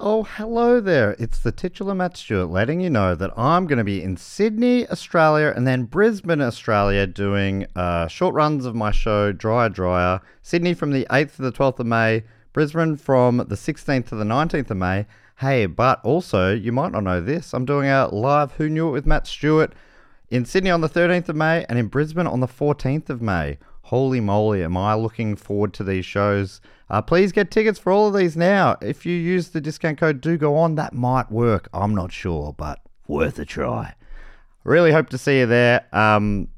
Oh, hello there. It's the titular Matt Stewart letting you know that I'm going to be in Sydney, Australia, and then Brisbane, Australia, doing uh, short runs of my show, Dryer Dryer. Sydney from the 8th to the 12th of May, Brisbane from the 16th to the 19th of May. Hey, but also, you might not know this, I'm doing a live Who Knew It with Matt Stewart in Sydney on the 13th of May and in Brisbane on the 14th of May. Holy moly, am I looking forward to these shows. Uh, please get tickets for all of these now. If you use the discount code do go on, that might work. I'm not sure, but worth a try. Really hope to see you there. Um,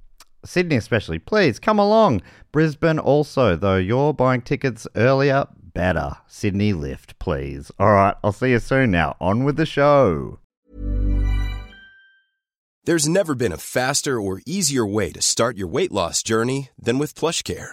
Sydney, especially, please come along. Brisbane, also, though you're buying tickets earlier, better. Sydney lift, please. All right, I'll see you soon now. On with the show. There's never been a faster or easier way to start your weight loss journey than with PlushCare.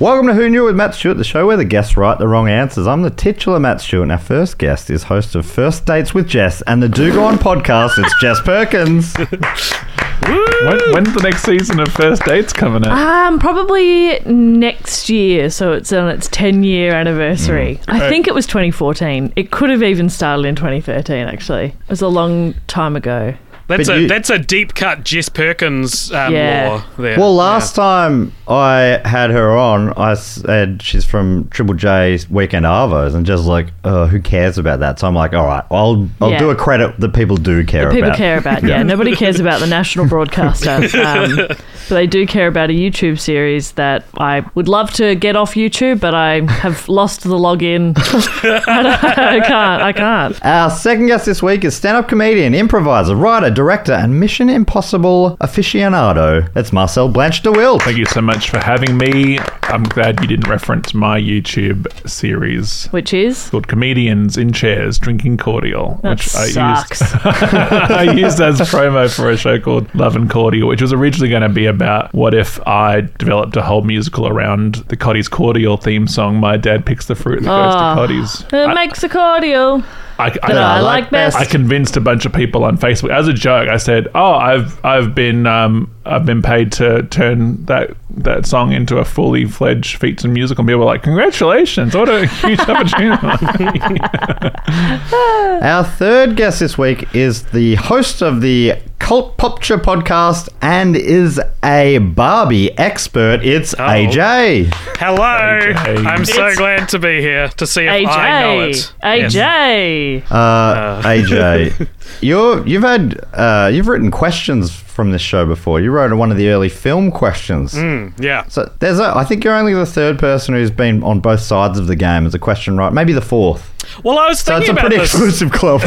Welcome to Who Knew with Matt Stewart, the show where the guests write the wrong answers. I'm the titular Matt Stewart, and our first guest is host of First Dates with Jess and the Do Go On podcast. It's Jess Perkins. When, when's the next season of First Dates coming out? Um, probably next year, so it's on its 10 year anniversary. I think it was 2014. It could have even started in 2013, actually. It was a long time ago. That's But a you- that's a deep cut Jess Perkins um, Yeah. lore there. Well, uh, last time I had her on, I said she's from Triple J's Weekend Arvos, and just like, uh, who cares about that? So I'm like, all right, I'll I'll Yeah. do a credit that people do care People about. care about, yeah. Nobody cares about the national broadcaster. Um, but they do care about a YouTube series that I would love to get off YouTube, but I have lost the login. I can't. I can't. Our second guest this week is stand-up comedian, improviser, writer, director, and Mission Impossible aficionado. That's Marcel Blanche de Wilt. Thank you so much for having me. I'm glad you didn't reference my YouTube series Which is? called Comedians in Chairs Drinking Cordial, That which sucks. I used I used as promo for a show called Love and Cordial, which was originally going to be about what if I developed a whole musical around the Coddy's Cordial theme song, My Dad Picks the Fruit that goes Ah. to Coddy's. It makes a cordial I, I, that I, I like like best. I convinced a bunch of people on Facebook as a joke. I said, "Oh, I've I've been um, I've been paid to turn that that song into a fully fledged feature musical." And people were like, "Congratulations! What a huge opportunity!" Our third guest this week is the host of the Cult Popture podcast and is a Barbie expert. It's Oh. AJ. Hello, AJ. I'm so It's- glad to be here to see if AJ. I know it. AJ. Yes. Uh, AJ, you're, you've had uh, you've written questions from this show before. You wrote one of the early film questions. Mm, Yeah. So there's a, I think you're only the third person who's been on both sides of the game as a question right. Maybe the fourth. Well, I was So thinking it's a about pretty this. exclusive club.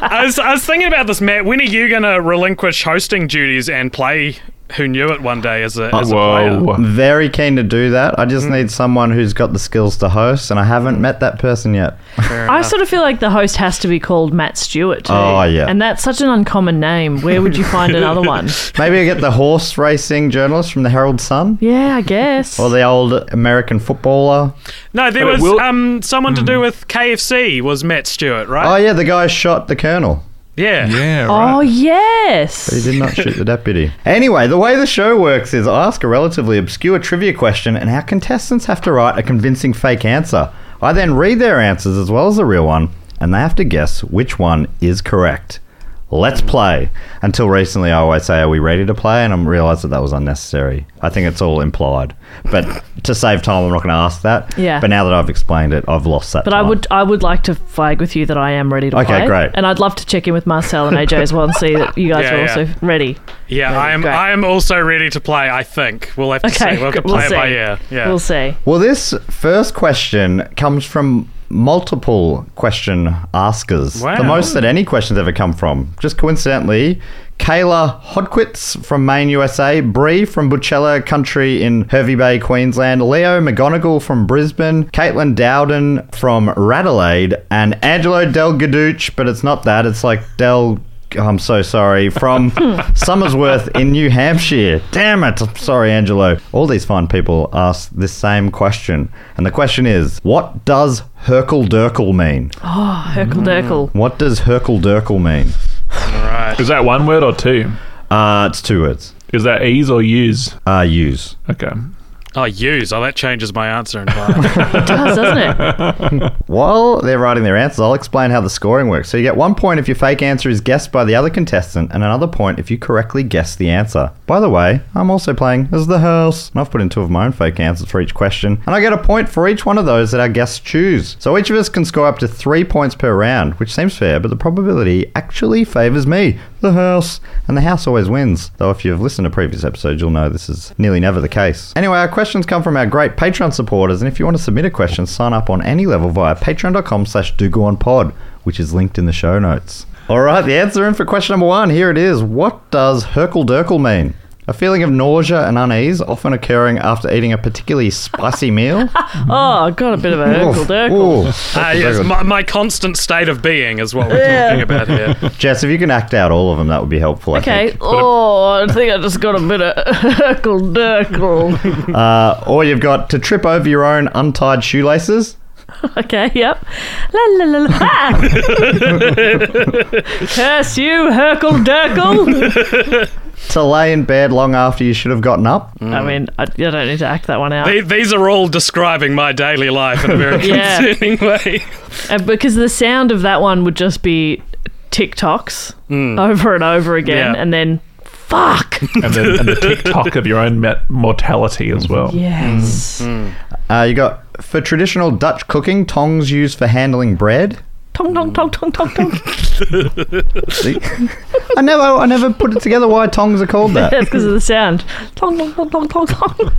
I was, I was thinking about this, Matt. When are you going to relinquish hosting duties and play Who Knew It one day as a, as a player? Whoa! Very keen to do that. I Mm. just need someone who's got the skills to host, and I haven't met that person yet. I sort of feel like the host has to be called Matt Stewart. Too. Oh, yeah. And that's such an uncommon name. Where would you find another one? Maybe I get the horse racing journalist from the Herald Sun Yeah, I guess. or the old American footballer. No, there But it was will- um someone Mm-hmm. to do with KFC was Matt Stewart, Oh right? yeah, the guy shot the colonel. yeah. Yeah, right. oh, He yes. did not shoot the deputy. Anyway, the way the show works is I ask a relatively obscure trivia question, and our contestants have to write a convincing fake answer. I then read their answers as well as the real one, and they have to guess which one is correct. Let's Hmm. play. Until recently, I always say, "Are we ready to play?" and I realised that that was unnecessary. I think it's all implied, but to save time, I'm not going to ask that. Yeah. But now that I've explained it, I've lost that. But I would, I would like to flag with you that I am ready to Okay, play. great. And I'd love to check in with Marcel and AJ as well and see that you guys Yeah, are yeah. also ready. Yeah, I am. great. I am also ready to play. I think we'll have to see. Okay, We'll have to we'll play see. it by ear. Yeah, We'll see. Well, this first question comes from multiple question askers. Wow. The most that any question's ever come from. Just coincidentally, Kayla Hodquitz from Maine, USA, Bree from Butchella Country in Hervey Bay, Queensland, Leo McGonigal from Brisbane, Caitlin Dowden from Radelaide, and Angelo Del Gaduch, but it's not that, it's like Del. I'm so sorry. From Somersworth in New Hampshire. Damn it. I'm sorry, Angelo. All these fine people ask this same question. And the question is what does Herkel Durkel mean? Oh, Herkel Durkel. What does Herkel Durkel mean? Is that one word or two? Uh, it's two words. Is that ease or use? Uh, use. Okay. Oh, use. Oh, that changes my answer entirely. It does, doesn't it? While they're writing their answers, I'll explain how the scoring works. So you get one point if your fake answer is guessed by the other contestant, and another point if you correctly guess the answer. By the way, I'm also playing as the house, and I've put in two of my own fake answers for each question, and I get a point for each one of those that our guests choose. So each of us can score up to three points per round, which seems fair, but the probability actually favours me, the house, and the house always wins. Though if you've listened to previous episodes, you'll know this is nearly never the case. Anyway, our questions come from our great Patreon supporters, and if you want to submit a question, sign up on any level via patreon.com slash dogoonpod, which is linked in the show notes. All right, the answer in for question number one, here it is. What does Herkel Durkel mean? A feeling of nausea and unease, often occurring after eating a particularly spicy meal. Oh, I've got a bit of a Herkel Durkel. Ooh, Ah, Herkel yes, Durkel. my, my constant state of being is what we're talking about here. Jess, if you can act out all of them, that would be helpful. I think. Okay. Oh, I think I just got a bit of Herkel Durkel. Uh, or you've got to trip over your own untied shoelaces. Okay, yep. La la la la. Ah! Curse you, Herkel Durkel. To lay in bed long after you should have gotten up. I mean, I, I don't need to act that one out. The- These are all describing my daily life in a very Yeah. concerning way. Uh, because the sound of that one would just be TikToks over and over again, Yeah. and then fuck. And the, and the TikTok of your own met- mortality as well. yes. Uh, you got for traditional Dutch cooking, tongs used for handling bread. Tong tong tong tong tong tong. See? I never, I never put it together why tongs are called that. That's because of the sound. Tong tong tong tong tong tong.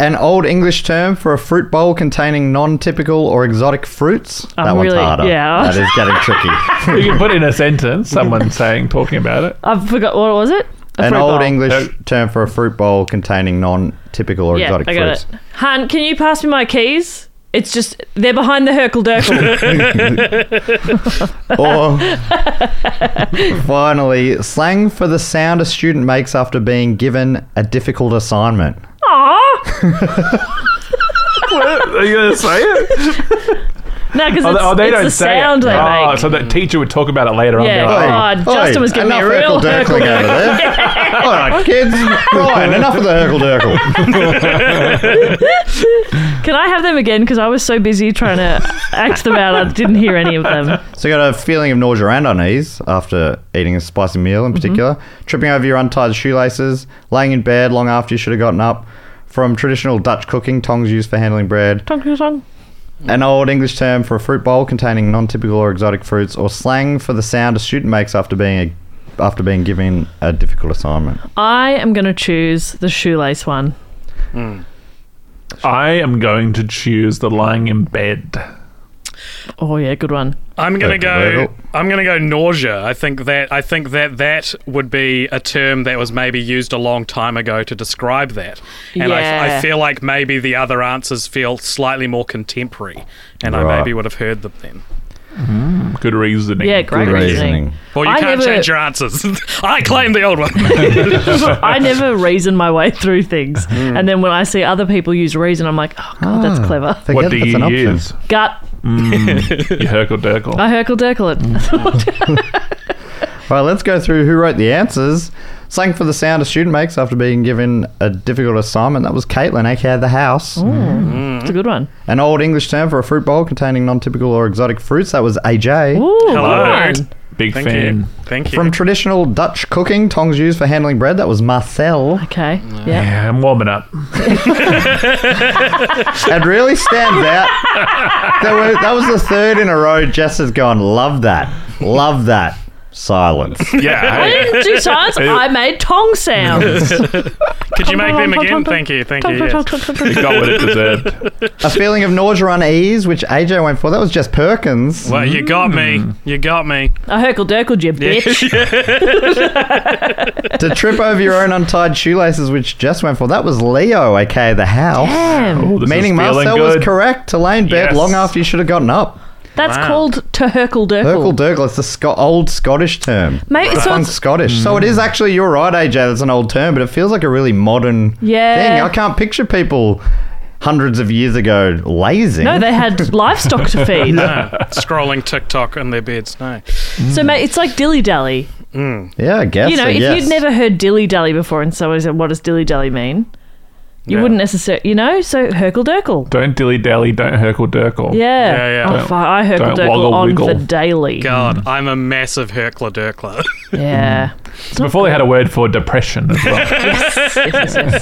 An old English term for a fruit bowl containing non-typical or exotic fruits. that I'm one's really- harder. yeah. that is getting tricky. You can put in a sentence someone saying, talking about it. I forgot what was it. A An fruit old bowl. Uh, English term for a fruit bowl containing non-typical or Yeah, exotic I got fruits. it. Han, can you pass me my keys? It's just they're behind the Herkel Durkel. Or Oh. finally, slang for the sound a student makes after being given a difficult assignment. Aww. What? Are you going to say it? No, because it's, Oh, they it's don't the say sound it. they oh, make. so the teacher would talk about it later on. Yeah. Be like, Oh, Justin was giving me enough a real Herkel-Derkel Herkel-Derkel. over there. All right, kids. Ryan, enough of the Herkel Durkle. Can I have them again? Because I was so busy trying to act them out, I didn't hear any of them. So you got a feeling of nausea and unease after eating a spicy meal in Mhm. particular, tripping over your untied shoelaces, laying in bed long after you should have gotten up, from traditional Dutch cooking, tongs used for handling bread, Tong tong tong. an old English term for a fruit bowl containing non-typical or exotic fruits, or slang for the sound a student makes after being a, after being given a difficult assignment. I am going to choose the shoelace one. I am going to choose the lying in bed. Oh yeah, good one. I'm gonna Herkel go. I'm gonna go nausea. I think that. I think that that would be a term that was maybe used a long time ago to describe that. And I, Yeah. I feel like maybe the other answers feel slightly more contemporary, and I Right. maybe would have heard them then. Good reasoning. Yeah, great Good reasoning. reasoning. Well, you I can't never- change your answers. I claim the old one. I never reason my way through things, Hmm. and then when I see other people use reason, I'm like, oh god, that's Ah, clever. Ah, Forget What do that's you an option. use? Gut. You Herkel Durkel. I herkel derkel it. All right, let's go through who wrote the answers. Slang for the sound a student makes after being given a difficult assignment. That was Caitlin, aka the house. It's a Hmm. good one. An old English term for a fruit bowl containing non-typical or exotic fruits. That was AJ. Ooh, Hello. good one. Big Thank fan. you. Thank you. From traditional Dutch cooking, tongs used for handling bread. That was Marcel. Okay. Yeah. Yeah, I'm warming up. It really stands out. There were, that was the third in a row. Jess has gone. Love that. Love that. Silence. I Yeah. didn't do science. I made tong sounds. Could Tong, tong, you make them tong, again? tong, tong. Thank you. Thank Tong, you. tong, tong, yes. tong, tong, it tong. got what it deserved. a feeling of nausea on ease, which AJ went for. That was just Perkins. Well, you got Hmm. me. You got me. I herkle derkled you, bitch. to trip over your own untied shoelaces, which just went for. That was Leo, aka the house. Oh, this Meaning is feeling Marcel good. was correct to lay in bed Yes. long after you should have gotten up. That's Wow. called to Herkel herkle derkle. Durgle, it's the Sco- old Scottish term. Mate, It's so funk it's- Scottish. So it is Mm. actually, you're right, AJ, that's an old term, but it feels like a really modern Yeah. thing. I can't picture people hundreds of years ago lazing. No, they had livestock to feed. No. Scrolling TikTok in their beds. No. So, mate, it's like dilly dally. yeah, I guess. You know, so, if yes. you'd never heard dilly dally before and somebody said, what does dilly dally mean? You Yeah. wouldn't necessarily, you know? So, herkle derkle. Don't dilly dally, don't herkle derkle. Yeah. Yeah, yeah. Oh, Don't- fuck, I herkle don't derkle woggle on wiggle. the daily. Hmm. God, I'm a massive Herkler Derkler. Yeah. So before they had a word for depression as well.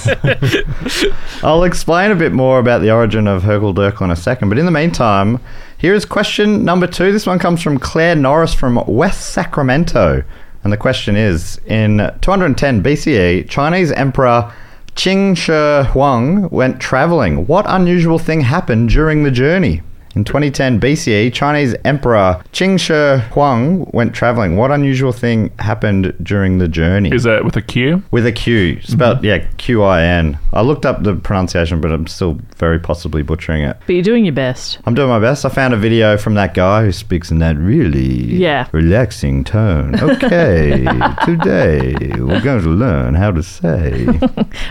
I'll explain a bit more about the origin of Herkel Durkle in a second, but in the meantime, here is question number two. This one comes from Claire Norris from West Sacramento. And the question is In 210 BCE, E, Chinese Emperor Qing Shi Huang went traveling. What unusual thing happened during the journey? In 2010 BCE, E, Chinese Emperor Qing Shi Huang went traveling. What unusual thing happened during the journey? is it with a Q? with a Q, spelled Mm-hmm. yeah Q I N. I looked up the pronunciation, but I'm still very possibly butchering it. But you're doing your best. I'm doing my best. I found a video from that guy who speaks in that really Yeah. relaxing tone. Okay, today we're going to learn how to say.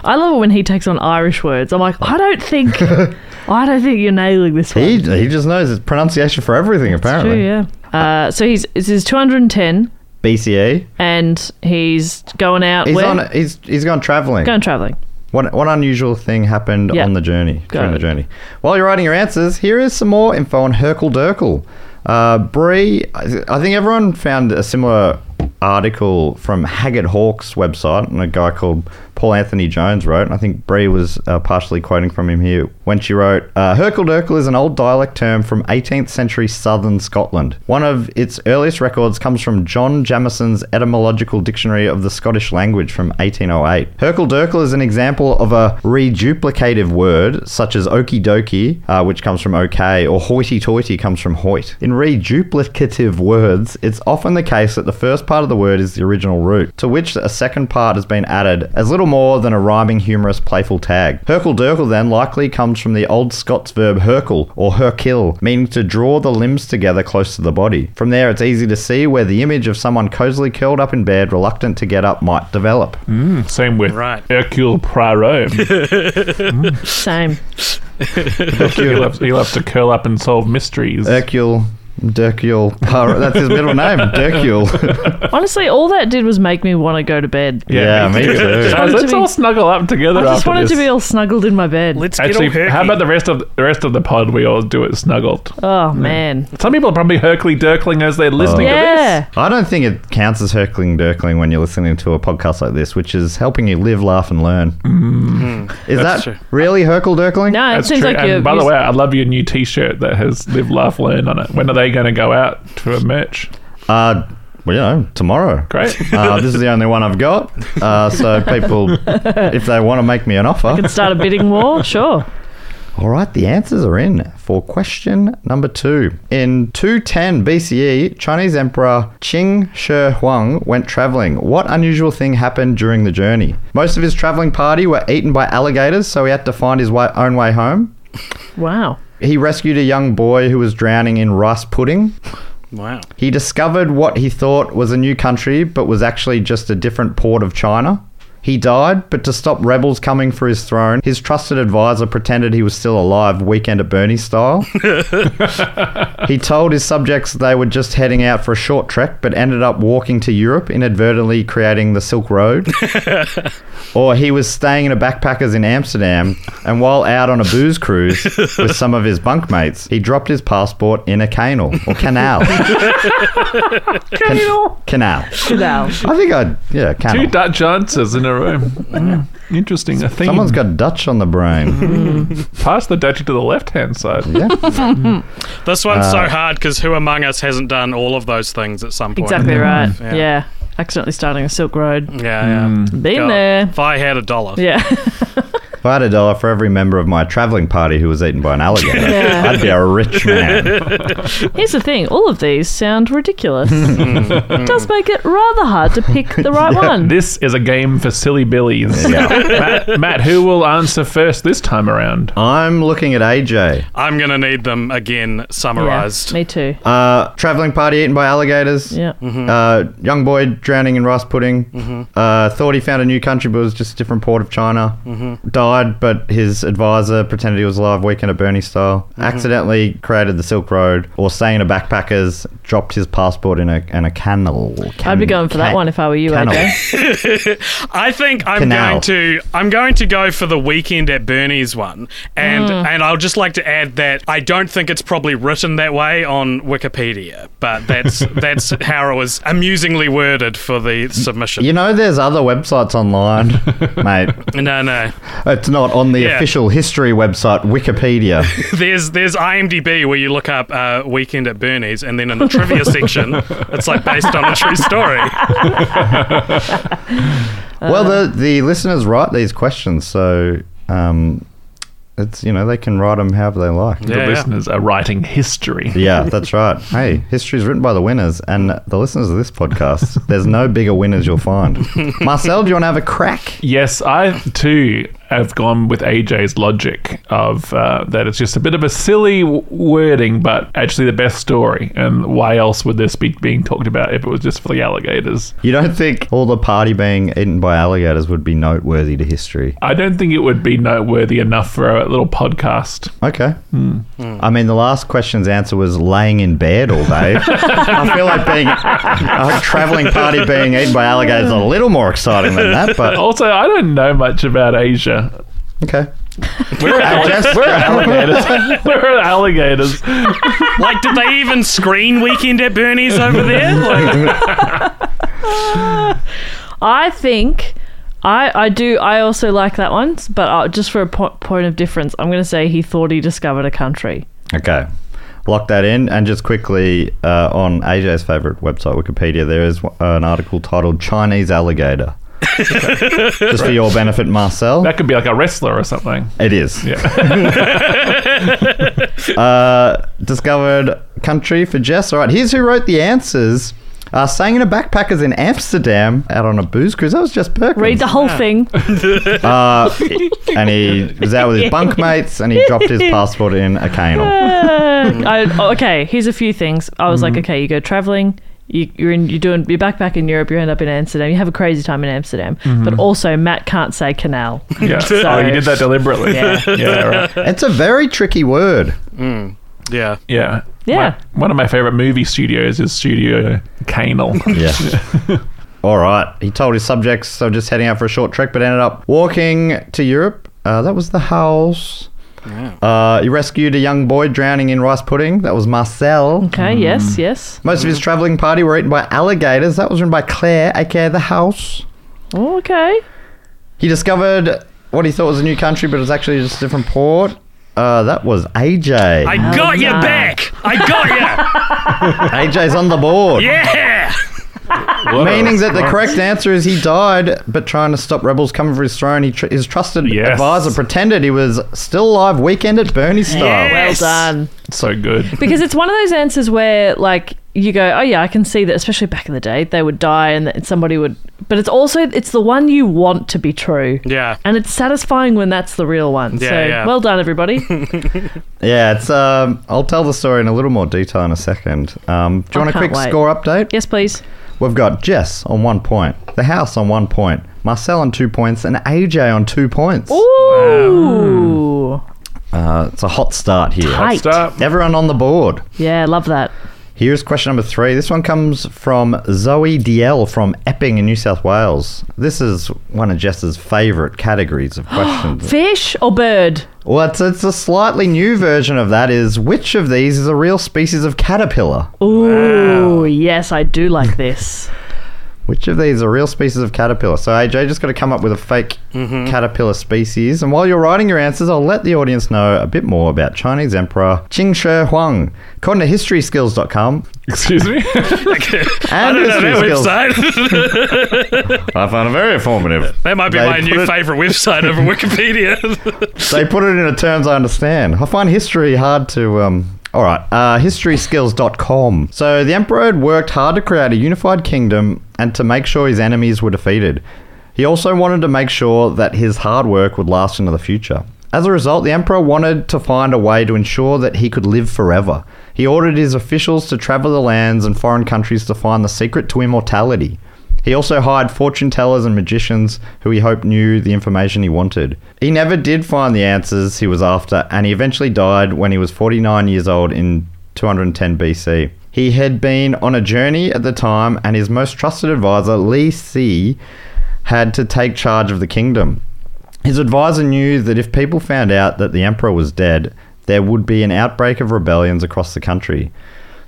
I love it when he takes on Irish words. I'm like, I don't think, I don't think you're nailing this one. he, he just knows his pronunciation for everything, It's apparently. True, yeah. Uh, so he's this is 210, BCE. and he's going out. E. He's where? on. He's he's gone traveling. Going traveling. What, what unusual thing happened Yeah. on the journey, Go. during the journey? While you're writing your answers, here is some more info on Herkel Durkle. Uh, Brie, I I think everyone found a similar article from Haggard Hawk's website, and a guy called Paul Anthony Jones wrote, and I think Brie was uh, partially quoting from him here when she wrote, uh, Herkel Durkle is an old dialect term from 18th century southern Scotland. One of its earliest records comes from John Jamison's Etymological Dictionary of the Scottish Language from 1808. Herkel Durkle is an example of a reduplicative word, such as okie dokie, uh, which comes from okay, or hoity toity comes from hoit. In reduplicative words, it's often the case that the first part of the word is the original root, to which a second part has been added as little more than a rhyming, humorous, playful tag. Herkel Durkle then likely comes from the old Scots verb herkle or herkill, meaning to draw the limbs together close to the body. From there, it's easy to see where the image of someone cozily curled up in bed, reluctant to get up, might develop. Same with Right. Hercule Poirot. Same. he, loves, he loves to curl up and solve mysteries. Hercule. Durkule. Poirot- That's his middle name, Durkule. Honestly, all that did was make me want to go to bed. yeah, me too. Guys, wanted let's to all be- snuggle up together. I just after wanted to this. be all snuggled in my bed. Let's get Actually, all herky. how about the rest of the rest of the pod? We all do it snuggled. oh man. Some people are probably Herkley Dirkling as Oh. they're listening Yeah. I don't think it counts as herkling dirkling when you're listening to a podcast like this, which is helping you live, laugh, and learn. Is that true. really herkel dirkling? No, to this. it That's seems true. like and you're. by the you're- way, I love your new T-shirt that has "Live, Laugh, Learn" on it. When are they going to go out to a merch? Uh, well, you know, tomorrow. Great. Uh, this is the only one I've got. Uh, so people, if they want to make me an offer, Start a bidding war, sure. all right. The answers are in for question number two. In 210 BCE, E, Chinese Emperor Qing Shi Huang went traveling. What unusual thing happened during the journey? Most of his traveling party were eaten by alligators, so he had to find his way, own way home. Wow. He rescued a young boy who was drowning in rice pudding. Wow. He discovered what he thought was a new country, but was actually just a different port of China. He died, but to stop rebels coming for his throne, his trusted advisor pretended he was still alive, weekend at Bernie style. he told his subjects they were just heading out for a short trek, but ended up walking to Europe, inadvertently creating the Silk Road. or he was staying in a backpackers in Amsterdam, and while out on a booze cruise with some of his bunkmates, he dropped his passport in a canal or canal. Can- canal. Good owl. I think I yeah Two canal. Dutch answers in a room. Mm, Interesting. A theme. Someone's got Dutch on the brain. Pass the duchy to the left-hand side. yeah. This one's Uh, so hard because who among us hasn't done all of those things at some point? Exactly right. Yeah. Yeah. Accidentally starting a Silk Road. Yeah, yeah. Hmm. Mm-hmm. Been God, there. If I had a dollar. Yeah. If I had a dollar for every member of my traveling party who was eaten by an alligator, Yeah. I'd be a rich man. Here's the thing all of these sound ridiculous. it does make it rather hard to pick the right one. This is a game for silly billies. Matt, Matt, who will answer first this time around? I'm looking at AJ. I'm going to need them again Yeah, summarized. me too. Uh, traveling party eaten by alligators. Yeah. Uh, young boy drowning in rice pudding. Uh, thought he found a new country, but it was just a different port of China. Died, but his advisor pretended he was alive, weekend at Bernie style. Accidentally created the Silk Road, or staying in a backpackers, dropped his passport in a in a canal. I'd be going for that one if I were you, Canal. AJ. I think I'm Canal. going to I'm going to go for the weekend at Bernie's one, and and I'll just like to add that I don't think it's probably written that way on Wikipedia, but that's that's how it was amusingly worded for the submission. You know, there's other websites online, mate. No, no, It's not on the Yeah. official history website, Wikipedia. there's there's IMDb where you look up uh, weekend at Bernie's, and then in the trivia section, it's like based on a true story. well, the the listeners write these questions, so um, it's you know they can write them however they like. The Yeah, yeah. listeners are writing history. Yeah, that's right. Hey, history's written by the winners and the listeners of this podcast. There's no bigger winners you'll find. Marcel, do you want to have a crack? Yes, I too have gone with AJ's logic of uh, that it's just a bit of a silly w- wording, but actually the best story. And why else would this be being talked about if it was just for the alligators? You don't think all the party being eaten by alligators would be noteworthy to history? I don't think it would be noteworthy enough for a little podcast. Okay. I mean, the last question's answer was laying in bed all day. I feel like being a traveling party being eaten by alligators is a little more exciting than that, but Also, I don't know much about Asia. okay. We're, I just- alligators. We're alligators. Like, did they even screen Weekend at Bernie's over there? Like, I think. I, I do I also like that one, but uh, just for a po- point of difference, I'm going to say he thought he discovered a country. Okay. Lock that in. And just quickly, uh, on AJ's favorite website, Wikipedia, there is uh, an article titled Chinese Alligator. Just for your benefit, Marcel. That could be like a wrestler or something. It is. Yeah. Uh, discovered country for Jess. All right, here's who wrote the answers. Uh, staying in a backpackers in Amsterdam out on a booze cruise. That was Jess Perkins. Read the whole thing. Uh, and he was out with his bunk mates and he dropped his passport in a canal. Uh, I, okay, here's a few things. I was Mm-hmm. like, okay, you go traveling. You, you're in, you're doing, you're back back in Europe. You end up in Amsterdam. You have a crazy time in Amsterdam. But also, Matt can't say canal. Mm-hmm. yeah. Oh, you did that deliberately. Yeah. Yeah. Right. It's a very tricky word. yeah. Oh Yeah. Yeah. My- one of my favorite movie studios is Studio Canal. Yeah. All right. He told his subjects, so just heading out for a short trek, but ended up walking to Europe. Uh, that was the house. Uh, he rescued a young boy drowning in rice pudding. That was Marcel. Okay. Mm. Yes. Yes. Most of Mm-hmm. his traveling party were eaten by alligators. That was written by Claire, aka the house. Oh, okay. He discovered what he thought was a new country, but it was actually just a different port. Uh, that was AJ. I got you no. back. I got AJ's on the board. you. Yeah. Meaning that the correct answer is he died, but trying to stop rebels coming for his throne, he tr- his trusted Yes. advisor pretended he was still alive. Weekend at Bernie style. Yeah. Well Yes. done. so good. Because it's one of those answers where, like, you go, oh yeah, I can see that. Especially back in the day, they would die, and that somebody would. But it's also it's the one you want to be true. Yeah. And it's satisfying when that's the real one. Yeah, so yeah. well done, everybody. Yeah, it's. Um, I'll tell the story in a little more detail in a second. Um, do you I want a can't quick wait. score update? yes, please. We've got Jess on one point, the house on one point, Marcel on two points, and AJ on two points. Ooh. Uh, it's a hot start here. Tight. Stop. Everyone on the board. Yeah, love that. Here's question number three. This one comes from Zoe DL from Epping in New South Wales. This is one of Jess's favourite categories of questions. Fish or bird? well, it's, it's a slightly new version of that is which of these is a real species of caterpillar? Ooh, yes, I do like this. Which of these are real species of caterpillar? So AJ just got to come up with a fake Mm-hmm. caterpillar species. And while you're writing your answers, I'll let the audience know a bit more about Chinese Emperor Qing Shi Huang. According to historyskills.com, Excuse me. and I don't know history that skills, website. I found it very informative. that might be They my put new it- favorite website over Wikipedia. They put it in a terms I understand. I find history hard to. Um, all right, uh, historyskills.com. So the emperor had worked hard to create a unified kingdom and to make sure his enemies were defeated. He also wanted to make sure that his hard work would last into the future. As a result, the emperor wanted to find a way to ensure that he could live forever. He ordered his officials to travel the lands and foreign countries to find the secret to immortality. He also hired fortune tellers and magicians who he hoped knew the information he wanted. He never did find the answers he was after, and he eventually died when he was 49 years old in 210 BC. He had been on a journey at the time, and his most trusted advisor, Li Si, had to take charge of the kingdom. His advisor knew that if people found out that the emperor was dead, there would be an outbreak of rebellions across the country.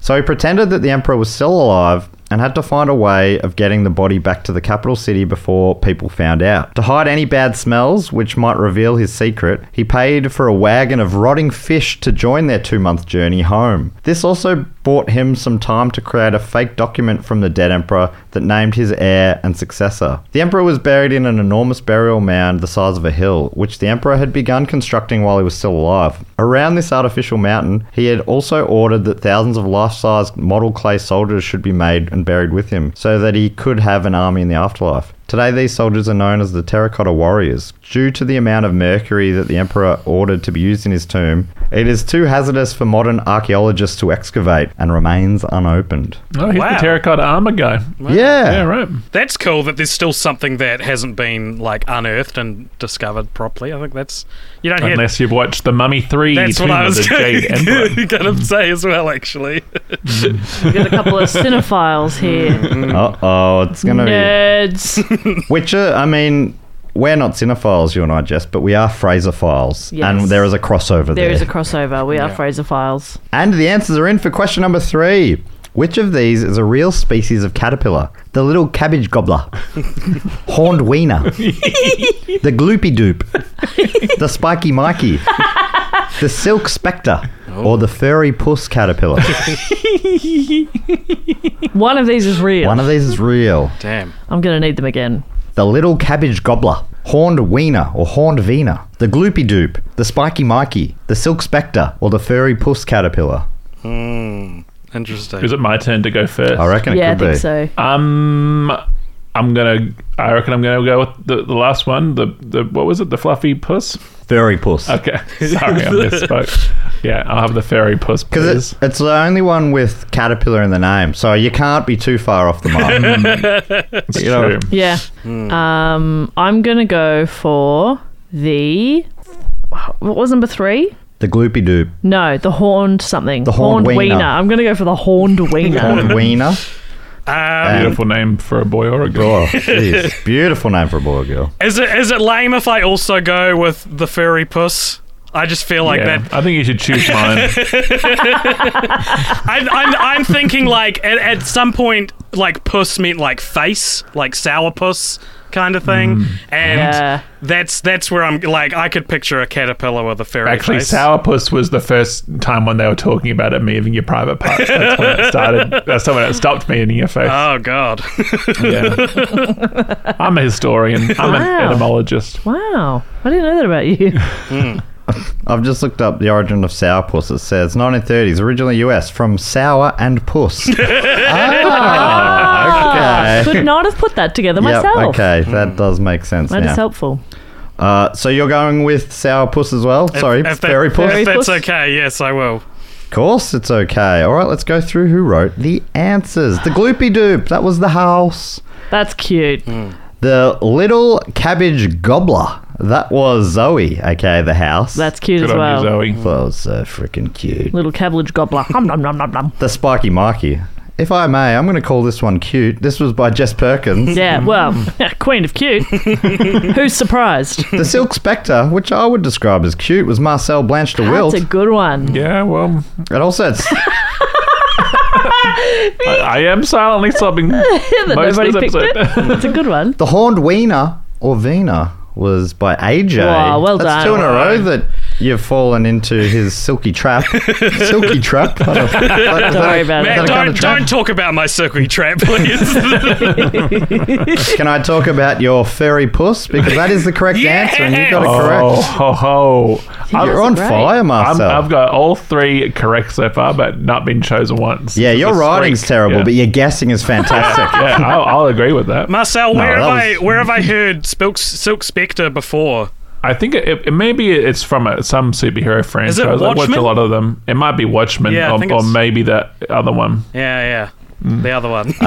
So he pretended that the emperor was still alive and had to find a way of getting the body back to the capital city before people found out. To hide any bad smells, which might reveal his secret, he paid for a wagon of rotting fish to join their two month journey home. This also bought him some time to create a fake document from the dead emperor that named his heir and successor. The emperor was buried in an enormous burial mound the size of a hill, which the emperor had begun constructing while he was still alive. Around this artificial mountain, he had also ordered that thousands of life sized model clay soldiers should be made and buried with him, so that he could have an army in the afterlife. Today, these soldiers are known as the Terracotta Warriors. Due to the amount of mercury that the Emperor ordered to be used in his tomb, it is too hazardous for modern archaeologists to excavate and remains unopened. Oh, he's Wow. the terracotta armor guy. Yeah. Yeah, right. that's cool that there's still something that hasn't been like unearthed and discovered properly. I think that's you don't hear. Unless you've watched The Mummy 3, that's Tomb what I of was the Jade Emperor. going to say as well. Actually, We've got a couple of cinephiles here. Uh oh, it's going to Nerds. be. Witcher, I mean. We're not cinephiles, you and I, Jess, but we are Fraserphiles, Yes. and there is a crossover there. There is a crossover. We are Fraser Files. And the answers are in for question number three. Which of these is a real species of caterpillar? The little cabbage gobbler, horned wiener, the gloopy doop, the spiky mikey, the silk spectre, or the furry puss caterpillar. One of these is real. One of these is real. damn. I'm going to need them again. The little cabbage gobbler, horned wiener or horned wiener, the gloopy doop, the spiky mikey, the silk spectre, or the furry puss caterpillar. Interesting. Is it my turn to go first? I reckon yeah, I it could think be. so. Um, I'm gonna. I reckon I'm gonna go with the, the last one. The the what was it? The fluffy puss. Furry puss. Okay, sorry, I misspoke. Yeah, I'll have the fairy puss, Because please. it's, it's the only one with caterpillar in the name, so you can't be too far off the mark. It's you know- true. Yeah. Hmm. Um, I'm going to go for the. What was number three? the gloopy doop, No, the horned something. The horned wiener. I'm going to go for the horned wiener. horned wiener. Um, Beautiful name for a boy or a girl. Oh, jeez, beautiful name for a boy or girl. is it is it lame if I also go with the furry puss? I just feel like yeah, that I think you should choose mine. I'm, I'm, I'm thinking like at, at some point like puss meant like face like sourpuss kind of thing and Yeah. that's that's where i'm like i could picture a caterpillar with a fairy Actually, face sourpuss was the first time when they were talking about it moving your private parts. That's when it started. That's when it stopped me in your face. oh god yeah. I'm a historian. I'm Wow. an etymologist. wow. I didn't know that about you. I've just looked up the origin of sourpuss. It says 1930s, originally US, from sour and puss. ah, okay. Could not have put that together Yep, myself. okay, that does make sense That is now. helpful. Uh, so you're going with sourpuss as well? Sorry, If that- fairy puss? if that's Fairy puss? okay yes i will course it's okay. All right, let's go through who wrote the answers. The gloopy doop, that was the house. That's cute. Hmm. The little cabbage gobbler. That was Zoe, aka the house. That's cute Good as on well. you, Zoe. that was so freaking cute. Little cabbage gobbler. Hum, nom, nom, nom, nom. The spiky Mikey. If I may, I'm going to call this one cute. This was by Jess Perkins. Yeah, well, queen of cute. Who's surprised? The Silk Spectre, which I would describe as cute, was Marcel Blanche de Wilt. That's a good one. Yeah, well, It also had, I, I am silently sobbing most Nobody of this picked episode. it. It's a good one. The Horned Wiener or Wiener was by AJ. Wow, well That's done. two in a row that you've fallen into his silky trap. silky trap? I don't, don't worry about it. Matt, Is don't, don't talk about my circuit trap, please. Can I talk about your fairy puss? Because that is the correct answer, and you got it Oh, correct. ho, ho. You're That's on great. fire, Oh. I'm, Marcel. I've got all three correct so far, but not been chosen once. yeah, It's your a writing's streak. terrible, Yeah. but your guessing is fantastic. yeah, I'll, I'll agree with that. Marcel, where that have I was- where have I heard Silk, Silk Spectre before? I think it, it, maybe it's from a, some superhero franchise. it I watch Watchmen? a lot of them. It might be Watchmen, Yeah, I or, think or it's- maybe that other one. Yeah, yeah. Mm. The other Uh, one.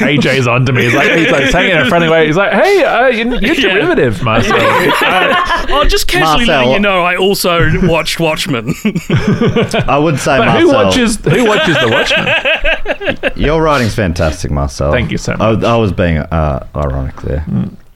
AJ's on to me. He's like, he's like saying it in a friendly way. He's like, "Hey, uh, you're, you're Yeah. derivative, Marcel." oh, just Marcel- casually letting you know, I also watched Watchmen. I would say, But Uh, who Marcel, watches who watches the Watchmen? your writing's fantastic, Marcel. Thank you so I, I was being uh, ironic there,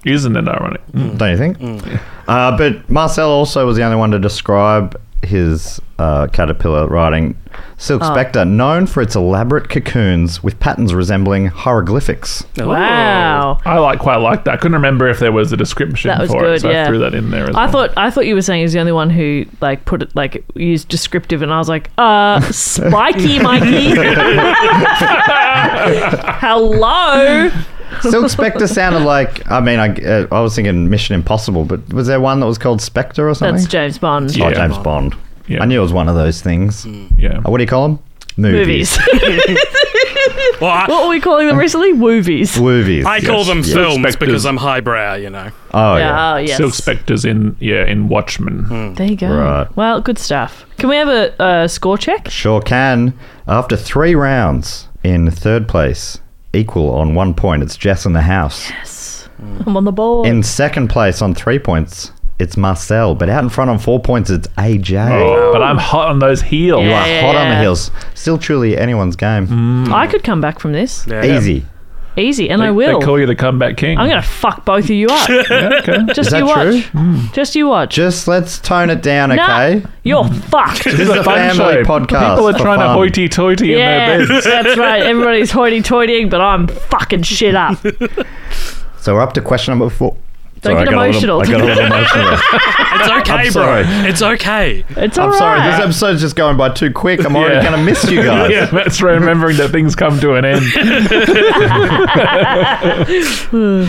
Isn't it ironic? Hmm. don't you think? Uh, but Marcel also was the only one to describe his uh, caterpillar riding silk spectre, known for its elaborate cocoons with patterns resembling hieroglyphics. Wow. I like quite like that. I couldn't remember if there was a description That was for it, good, so I yeah. threw that in there. As I well. thought I thought you were saying he was the only one who like put it like used descriptive, and I was like, uh, spiky, Mikey. Hello. Silk Spectre sounded like, I mean, I, uh, I was thinking Mission Impossible, but was there one that was called Spectre or something? That's James Bond Oh, Yeah. James Bond. Yeah. I knew it was one of those things. yeah. Oh, Uh, what do you call them? Movies. movies. well, I, what were we calling them recently? Woovies. Movies. I call yes, them yes. films Spectres. because I'm highbrow, you know. Oh, yeah. Yeah, oh, yes. Silk Spectre's in yeah in Watchmen. Hmm. There you go. Right. Well, good stuff. Can we have a uh, score check? Sure can. After three rounds in third place, equal on one point, it's Jess in the house. Yes. I'm on the board. In second place on three points, it's Marcel. But out in front on four points, it's AJ. But I'm hot on those heels. You are Yeah. hot on the heels. Still truly anyone's game. I could come back from this Yeah. Easy. easy, and Mm. They, I they will. call you the comeback king. I'm gonna fuck both of you up. Yeah, okay. Just Is that you true? watch. Just you watch. Just let's tone it down, Nah, okay? you're fucked. This is a fun family show. podcast. People are for trying to fun. hoity-toity in yeah, their beds. that's right. Everybody's hoity-toitying, but I'm fucking shit up. So we're up to question number four. Don't get I got a little- emotional. I got a little emotional. there. It's okay, bro. sorry. It's okay. It's I'm alright. sorry, this episode's just going by too quick. I'm already Yeah. going to miss you guys. Yeah, that's remembering that things come to an end.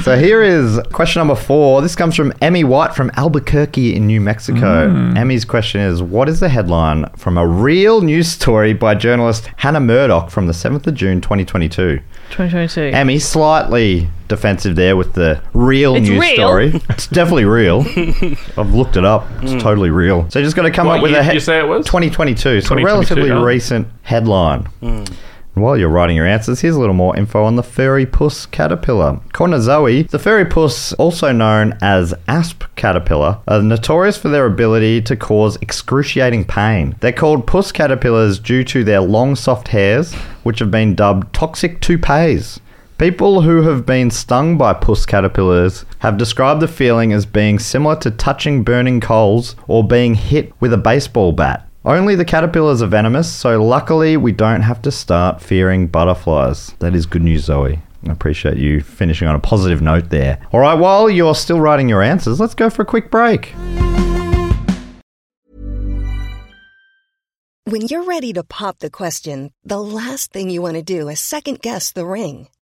So here is question number four. This comes from Emmy White from Albuquerque in New Mexico. Emmy's question is What is the headline from a real news story by journalist Hannah Murdoch from the 7th of June 2022? 2022. Emmy, slightly defensive there with the real It's news real. story. It's definitely real. I've looked it up. It's totally real. So just got to come Hmm. What up with year a did you say it was? 2022. So a 2022, relatively yeah. recent headline. Hmm. And While you're writing your answers, here's a little more info on the fairy puss caterpillar. According to Zoe, the fairy puss, also known as asp caterpillar, are notorious for their ability to cause excruciating pain. They're called puss caterpillars due to their long, soft hairs, which have been dubbed toxic toupees. People who have been stung by puss caterpillars have described the feeling as being similar to touching burning coals or being hit with a baseball bat. Only the caterpillars are venomous, so luckily we don't have to start fearing butterflies. That is good news, Zoe. I appreciate you finishing on a positive note there. All right, while you're still writing your answers, let's go for a quick break. When you're ready to pop the question, the last thing you want to do is second guess the ring.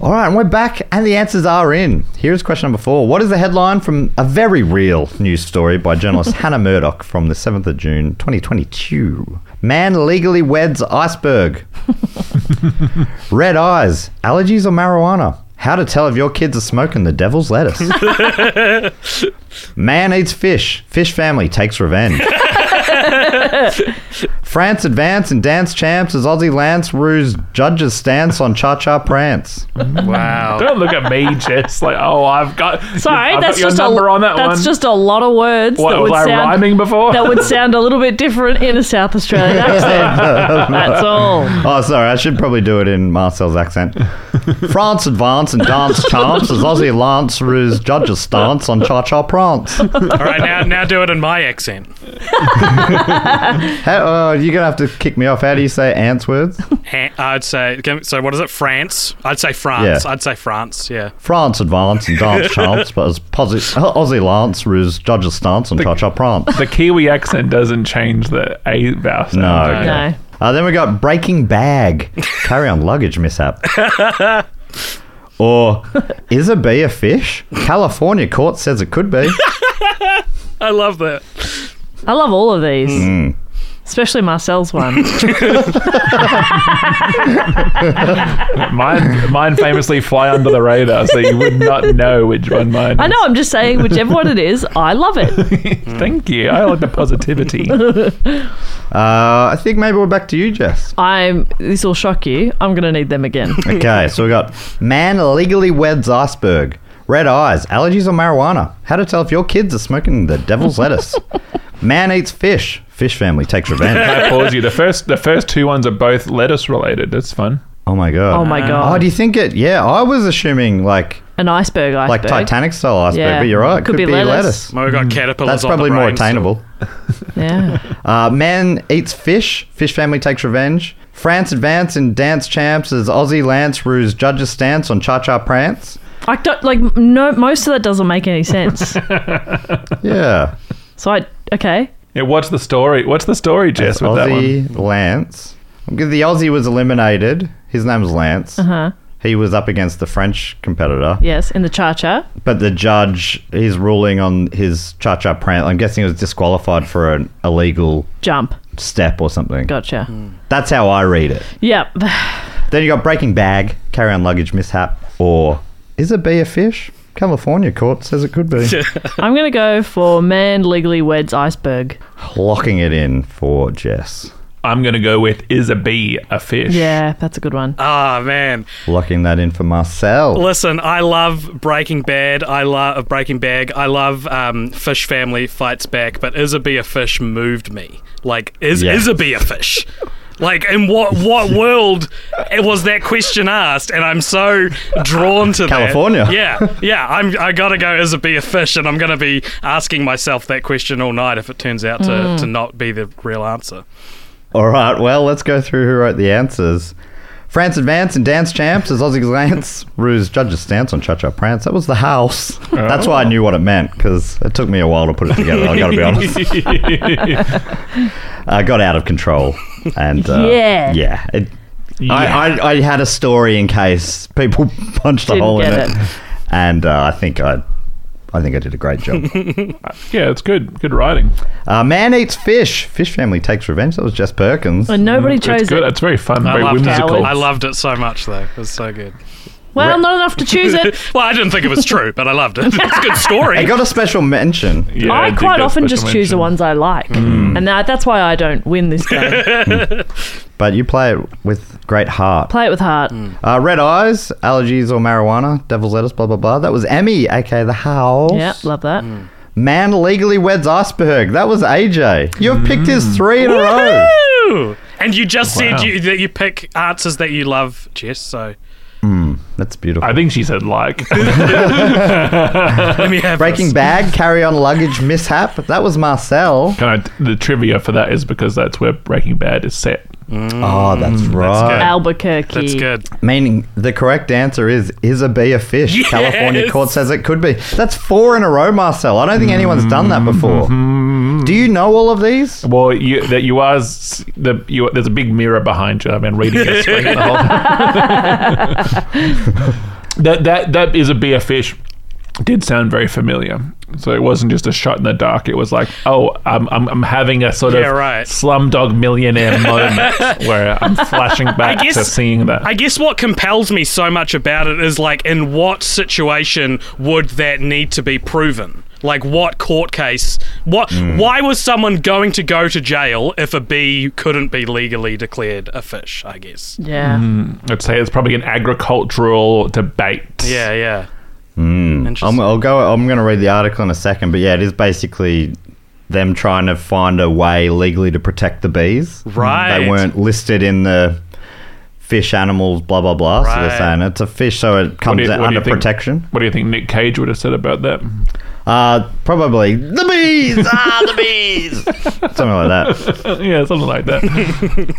All right, and we're back, and the answers are in. Here's question number four. What is the headline from a very real news story by journalist Hannah Murdoch from the 7th of June, 2022? Man legally weds iceberg. Red eyes, allergies or marijuana? How to tell if your kids are smoking the devil's lettuce. Man eats fish, fish family takes revenge. France advance and dance champs as Aussie Lance rues judges' stance on Cha Cha Prance. Wow. Don't look at me, Jess. Like, oh, I've got. Sorry, I've that's got your just a number on that that's one. just a lot of words what that was would I sound rhyming before? that would sound a little bit different in a South Australian accent. that's all. Oh, sorry, I should probably do it in Marcel's accent. France advance and dance champs as Aussie Lance rues judges' stance on Cha Cha Prance. All right, now now do it in my accent. How, oh, you're going to have to kick me off. How do you say ants words? Ha- I'd say. can- So what is it? France. I'd say France. Yeah. I'd say France. Yeah. France advance and dance champs but as posi- Aussie Lance rues judges' stance on Cha Cha Prance. the Kiwi accent doesn't change the A vowel. sound. No. Okay. No. Uh, then we got breaking bag, carry on luggage mishap. or is a bee a fish? California court says it could be. I love that. I love all of these. Hmm. Especially Marcel's one. Mine, mine famously fly under the radar, so you would not know which one mine. I is. know, I'm just saying, whichever one it is, I love it. Thank you. I like the positivity. Uh, I think maybe we're back to you, Jess. I'm this will shock you. I'm gonna need them again. Okay, so we got man illegally weds iceberg, red eyes, allergies or marijuana, how to tell if your kids are smoking the devil's lettuce, man eats fish, fish family takes revenge. I pause you. The first, the first two ones are both lettuce related. That's fun. Oh my god. Oh my Oh, god. do you think it? Yeah, I was assuming like An iceberg like iceberg. Titanic style iceberg, Yeah. but you're right. Could be lettuce. Well, we've got Hmm. caterpillars. That's on the probably more brain still. attainable. Yeah. Uh, man eats fish. Fish family takes revenge. France advance in dance champs as Aussie Lance rues judges stance on Cha Cha Prance. I don't like no most of that doesn't make any sense. Yeah. So I okay. Yeah, what's the story? What's the story, Jess, with that one? Aussie Lance. The Aussie was eliminated. His name was Lance. Uh-huh. He was up against the French competitor. Yes, in the cha cha. But the judge, his ruling on his Cha Cha Prance, I'm guessing he was disqualified for an illegal Jump. step or something. Gotcha. That's how I read it. Yep. Then you got breaking bag, carry on luggage mishap, or is a bee a fish? California court says it could be. I'm gonna go for man legally weds iceberg. Locking it in for Jess. I'm gonna go with is a bee a fish? Yeah, that's a good one. Ah man, Locking that in for Marcel. listen, I love Breaking Bad. I love Breaking Bag. I love um, Fish Family fights back, but is a be a fish moved me. Like is Yeah. is a be a fish. Like in what what world was that question asked? And I'm so drawn to that. California. Yeah, yeah. I'm I gotta go. Is it be a fish? And I'm gonna be asking myself that question all night if it turns out to, to not be the real answer. All right, well, let's go through who wrote the answers. France advance and dance champs as Aussie Lance rues judges stance on Cha Cha Prance. That was the house. That's why I knew what it meant because it took me a while to put it together. I got to be honest. I got out of control, and uh, Yeah. yeah, it, I, I, I had a story in case people punched a Didn't hole in get it, it. and uh, I think I, I think I did a great job. yeah, it's good. Good writing. uh, man eats fish. Fish family takes revenge. That was Jess Perkins. And nobody It's chose good. it. It's very fun. I very loved whimsical. it. I loved it so much though. It was so good. Well, not enough to choose it. well, I didn't think it was true, but I loved it. It's a good I story. got a special mention. Yeah, I did quite get often just special choose the mention. ones I like, and that, that's why I don't win this game. but you play it with great heart. Play it with heart. Uh, red eyes, allergies or marijuana, devil's lettuce, blah blah blah. That was Emmy, aka the house. Yeah, love that. Man legally weds iceberg. That was AJ. You've picked his three in a row. Woo! And you just said you, that you pick answers that you love, Jess. So That's beautiful. I think she said like. let me have Breaking this. bag, carry on luggage mishap. That was Marcel. Can I, the trivia for that is because that's where Breaking Bad is set. Oh, that's right. Albuquerque. That's good. Meaning the correct answer is is a bee a fish? California court says it could be. That's four in a row, Marcel. I don't think anyone's done that before. Do you know all of these? Well, you that you are s- the you there's a big mirror behind you. I've been reading your screen the whole time. that that that is a beer fish. Did sound very familiar. So it wasn't just a shot in the dark. It was like, oh, I'm I'm, I'm having a sort Yeah, of right. slumdog millionaire moment where I'm flashing back guess- to seeing that. I guess what compels me so much about it is like, in what situation would that need to be proven? Like, what court case? What? Why was someone going to go to jail if a bee couldn't be legally declared a fish? I guess. Yeah. I'd say it's probably an agricultural debate. Yeah, yeah. I'm, Interesting. I'll go. I'm going to read the article in a second, but yeah, it is basically them trying to find a way legally to protect the bees. Mm. Right. They weren't listed in the fish animals, blah blah blah. So Right. they're saying it's a fish, so it What do comes you- what do under you think- protection. What do you think Nick Cage would have said about that? Uh, probably the bees. ah, the bees. Something like that. Uh, yeah, something like that.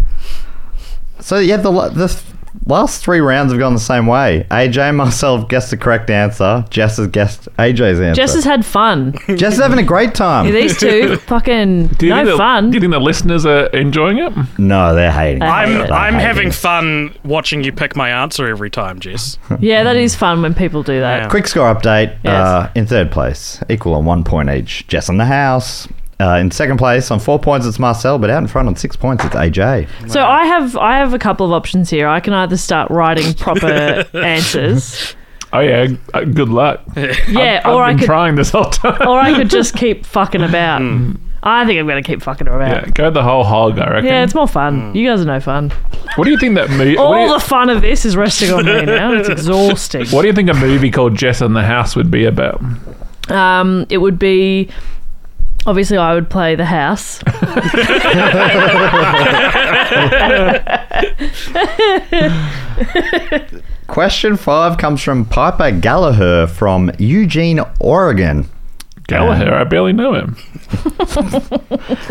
So yeah, the la- the f- last three rounds have gone the same way. AJ and myself guessed the correct answer. Jess has guessed AJ's answer. Jess has had fun. Jess is having a great time. These two fucking Do you no think the, fun. Do you think the listeners are enjoying it? No, they're hating. I hate I'm it. I'm having fun. fun watching you pick my answer every time, Jess. yeah, that is fun when people do that. Yeah. Quick score update. Yes. Uh, in third place, equal on one point each. Jess on the house. Uh, in second place, on four points, it's Marcel, but out in front on six points, it's AJ. So I have I have a couple of options here. I can either start writing proper answers, Oh yeah, uh, good luck. yeah, I've or been I could trying this whole time. or I could just keep fucking about. I think I'm gonna keep fucking Yeah, about. go the whole hog. I reckon. Yeah, it's more fun. You guys are no fun. what do you think that movie? What, do All you- the fun of this is resting on me now. It's exhausting. what do you think a movie called Jess in the House would be about? Um, it would be obviously I would play the house. Question five comes from Piper Gallagher from Eugene, Oregon. Gallagher. I barely know him.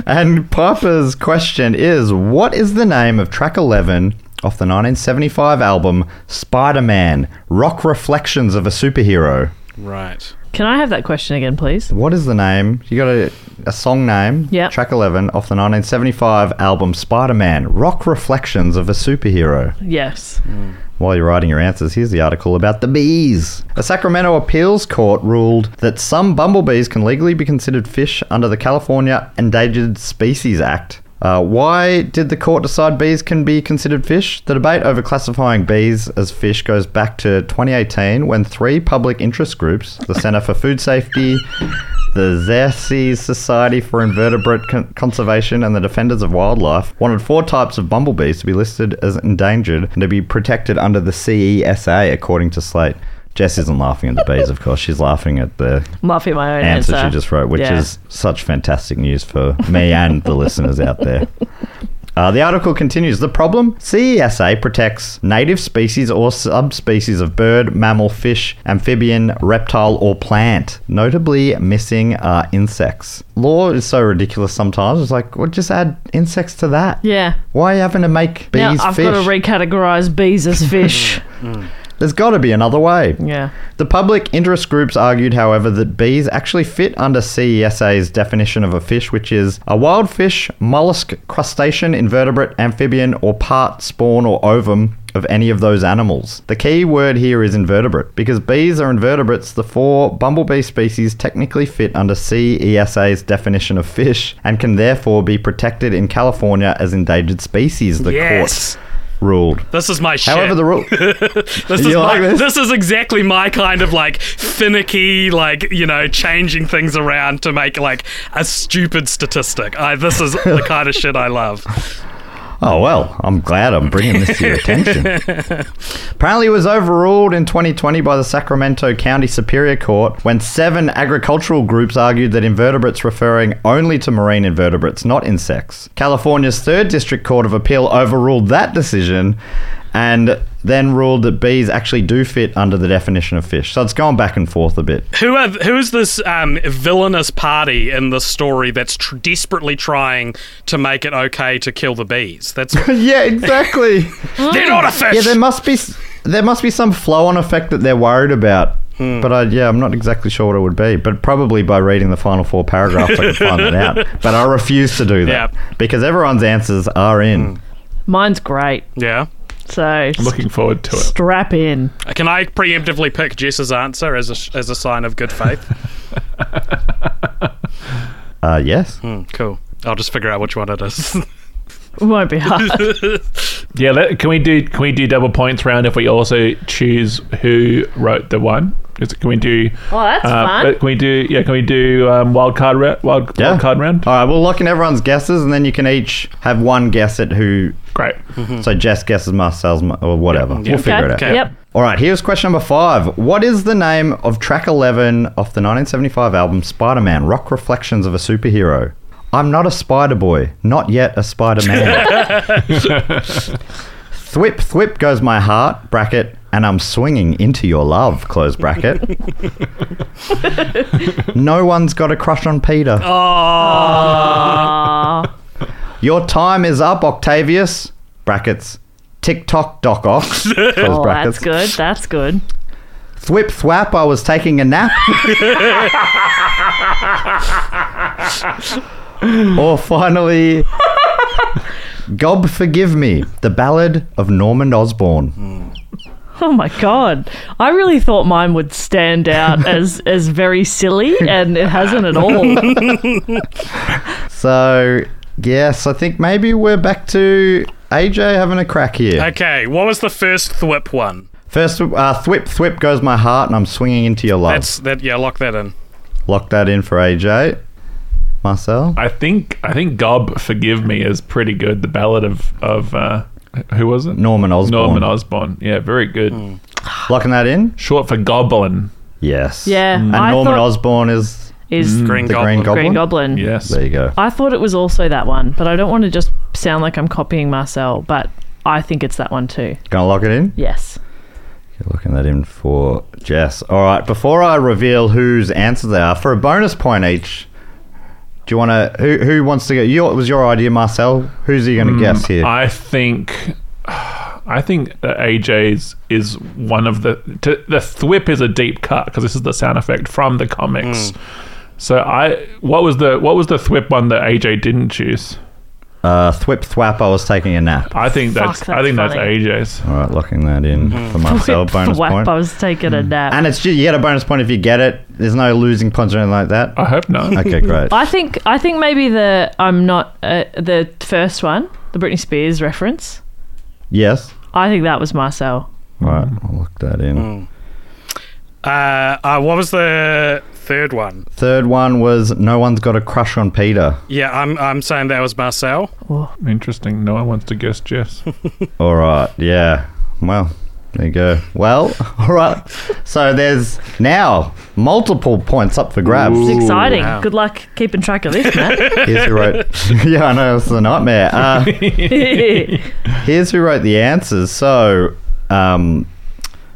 And Piper's question is What is the name of track 11 off the 1975 album Spider Man Rock Reflections of a Superhero? Right. Can I have that question again, please? What is the name? You got a, a song name, Yeah. track 11 off the 1975 album Spider Man Rock Reflections of a Superhero. Yes. Mm. While you're writing your answers, here's the article about the bees. A Sacramento appeals court ruled that some bumblebees can legally be considered fish under the California Endangered Species Act. Uh, why did the court decide bees can be considered fish? The debate over classifying bees as fish goes back to 2018 when three public interest groups, the Center for Food Safety, the Xerces Society for Invertebrate Con- Conservation and the Defenders of Wildlife wanted four types of bumblebees to be listed as endangered and to be protected under the CESA, according to Slate. Jess isn't laughing at the bees, of course. She's laughing at the I'm laughing at my own answer. answer she just wrote, which Yeah. is such fantastic news for me and the listeners out there. Uh, the article continues. The problem CESA protects native species or subspecies of bird, mammal, fish, amphibian, reptile, or plant, notably missing uh, insects. Law is so ridiculous sometimes. It's like, well, just add insects to that. Yeah. Why are you having to make bees now I've fish? got to recategorize bees as fish. There's got to be another way. Mm. yeah. The public interest groups argued, however, that bees actually fit under CESA's definition of a fish, which is a wild fish, mollusk, crustacean, invertebrate, amphibian, or part, spawn, or ovum of any of those animals. The key word here is invertebrate. Because bees are invertebrates, the four bumblebee species technically fit under CESA's definition of fish and can therefore be protected in California as endangered species, the yes. court ruled. This is my shit. However, the rule. This is, You my, like this? this? is exactly my kind of like finicky, like you know, changing things around to make like a stupid statistic. I, this is the kind of shit I love. Oh, well, I'm glad I'm bringing this to your attention. Apparently, it was overruled in 2020 by the Sacramento County Superior Court when seven agricultural groups argued that invertebrates referring only to marine invertebrates, not insects. California's Third District Court of Appeal overruled that decision and then ruled that bees actually do fit under the definition of fish. So it's gone back and forth a bit. Who are who is this um, villainous party in the story that's tr- desperately trying to make it okay to kill the bees? That's yeah, exactly. they're not a fish. Yeah, there must be there must be some flow-on effect that they're worried about. Hmm. But I, yeah, I'm not exactly sure what it would be. But probably by reading the final four paragraphs, I could find it out. But I refuse to do that Yeah. Hmm. because everyone's answers are in. Mine's great. yeah. So I'm looking forward to it. strap in. Can I preemptively pick Jess's answer as a, sh- as a sign of good faith? Uh, yes. Hmm, cool. I'll just figure out which one it is. It won't be hard. Yeah, let, can we do can we do double points round if we also choose who wrote the one? Is, can we do? Oh, that's uh, fun. Can we do? Yeah, can we do um, wild card ra- wild, Yeah. wild card round? All right, we'll lock in everyone's guesses, and then you can each have one guess at who. Great. So Jess guesses Marcel's mu- or whatever. We'll Okay. figure it out. Hmm. Okay. Yep. All right, here's question number five. What is the name of track 11 off the 1975 album Spider Man Rock Reflections of a Superhero? I'm not a Spider Boy, not yet a Spider Man. thwip, thwip goes my heart, bracket, and I'm swinging into your love, close bracket. no one's got a crush on Peter. Oh. Uh, Ah, Your time is up, Octavius, brackets. TikTok Doc Ox. Close oh, brackets. that's good. That's good. Thwip thwap, I was taking a nap. or finally, Gob Forgive Me, the ballad of Norman Osborn. Oh my god! I really thought mine would stand out as as very silly, and it hasn't at all. So, yes, I think maybe we're back to AJ having a crack here. Okay, what was the first thwip one? First, uh, thwip thwip goes my heart, and I'm swinging into your love. That's that. Yeah, lock that in. Lock that in for AJ. Marcel? I think I think Gob Forgive Me is pretty good. The ballad of of uh, who was it? Norman Osborn. Norman Osborn. Yeah, very good. Locking that in? Short for Goblin. Yes. Yeah, And I Norman thought- Osborn is Is Green the Goblin. Mm. Green Goblin. Green Goblin? Yes. There you go. I thought it was also that one, but I don't want to just sound like I'm copying Marcel. But I think it's that one too. Gonna lock it in? Yes. Looking that in for Jess. All right, before I reveal whose answers they are, for a bonus point each, do you want to? Who, who wants to go? Your, it was your idea, Marcel. Who's he going to guess here? Hmm, I think I think that AJ's is one of the to, the thwip is a deep cut because this is the sound effect from the comics. Hmm. So I what was the what was the thwip one that AJ didn't choose? uh, thwip thwap, I was taking a nap. I think that's, Fuck, I think that's funny. that's AJ's. All right, locking that in Hmm. for Marcel. bonus Thwap, point. Mm. I was taking a nap. And it's ju- you get a bonus point if you get it. There's no losing points or anything like that. I hope not. Okay, great. I think I think maybe the I'm not uh, the first one, the Britney Spears reference. yes. I think that was Marcel. All right, I'll lock that in. Hmm. Uh, uh, what was the third one? Third one was no one's got a crush on Peter. Yeah, I'm I'm saying that was Marcel. Interesting. No one wants to guess Jess. All right. Yeah. Well, there you go. Well, all right. So there's now multiple points up for grabs. It's exciting. Good luck keeping track of this, Matt. Here's who wrote. yeah, I know it's a nightmare. Uh, here's who wrote the answers. So, um,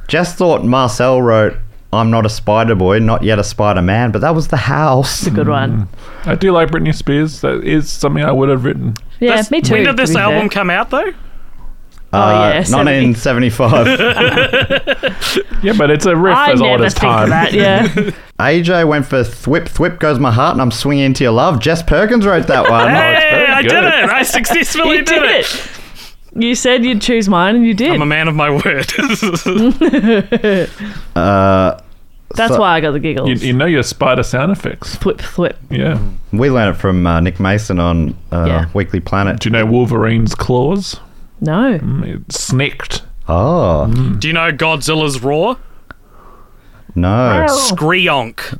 Jess thought Marcel wrote, "I'm not a Spider Boy, not yet a Spider Man," but that was the house. Good Mm. one. I do like Britney Spears. That is something I would have written. Yeah, This- me too. When did to this be fair. album come out though? Oh uh, yeah, 70. 1975. Yeah, but it's a riff I as old never as think time. of that. Yeah, AJ went for "Thwip Thwip Goes My Heart," and I'm swinging into your love. Jess Perkins wrote that one. Hey, Oh, very I did good. it! I successfully you did it. You said you'd choose mine, and you did. I'm a man of my word. That's so- why I got the giggles. You, you know your spider sound effects. Flip, flip. Yeah. Hmm. We learned it from uh, Nick Mason on uh, Yeah. Weekly Planet. Do you know Wolverine's claws? Hmm, No. It snicked. Oh Do you know Godzilla's roar? no! Screonk.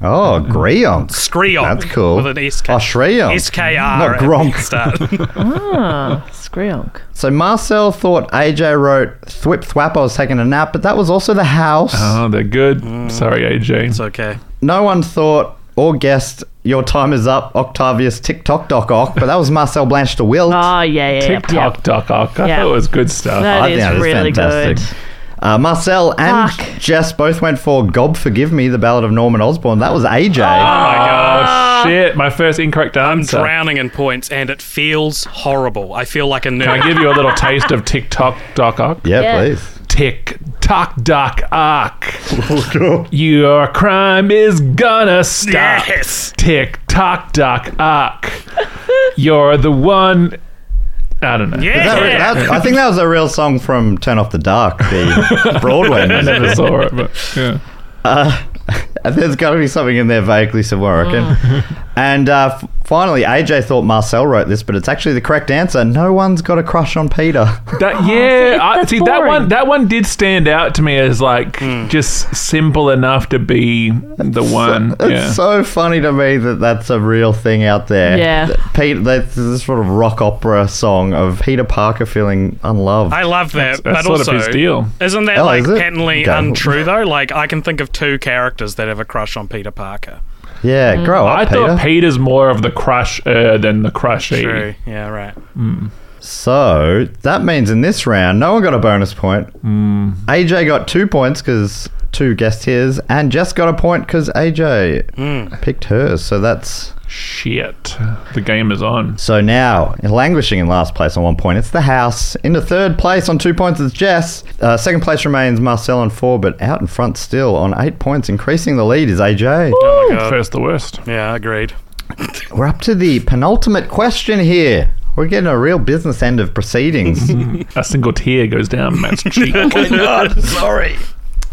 Oh, Greonk. Screonk. That's cool. With an SK. Oh, Shreonk. SKR. Not at the Gronk. Start. Ah, Screonk. So Marcel thought AJ wrote "Thwip Thwap." I was taking a nap, but that was also the house. Oh, they're good. Sorry, AJ. Mm. it's okay. No one thought or guessed "Your time is up." Octavius TikTok Doc Ock, but that was Marcel Blanche de Wilt. Ah, yeah, yeah, yeah. TikTok, Doc Ock. I Yeah. thought it was good stuff. That I is think that is really fantastic. good. Uh, Marcel and Fuck. Jess both went for "Gob Forgive Me," the ballad of Norman Osborn. That was AJ. oh my Ah. gosh. Shit. My first incorrect I'm answer. drowning in points and it feels horrible. I feel like a Can I nerd. give you a little taste of TikTok, Doc Ock? Yeah, Yeah. please. Tick tock dock ock. Your crime is gonna stop. Yes. Tick tock dock ock. You're the one. I don't know. Yeah. That- that- I think that was a real song from "Turn Off the Dark," the Broadway. I music. never saw it, but yeah. Mm. There's got to be something in there vaguely somewhere, I reckon. And uh, f- finally, AJ thought Marcel wrote this, but it's actually the correct answer. No one's got a crush on Peter. That, yeah, I, Oh, that's see that boring. one. That one did stand out to me as like just simple enough to be the one. It's yeah. so funny to me that that's a real thing out there. Yeah. Peter, that's this sort of rock opera song of Peter Parker feeling unloved. I love That's- that. that's but sort of also, his deal. Isn't that Oh, like is it? patently Okay. untrue though? Like I can think of two characters that have a crush on Peter Parker. yeah, grow up, I Peter. thought Peter's more of the crusher than the crushy. True. Yeah. Right. so that means in this round, no one got a bonus point. AJ got two points because two guessed his, and Jess got a point because AJ picked hers. So that's Shit, the game is on. So now, languishing in last place on one point, it's the house. Into third place on two points, it's Jess. Uh, second place remains Marcel on four, but out in front still on eight points. Increasing the lead is AJ. Oh my god. First, the worst. Yeah. Agreed. We're up to the penultimate question here. We're getting a real business end of proceedings. A single tear goes down Matt's cheek. Sorry.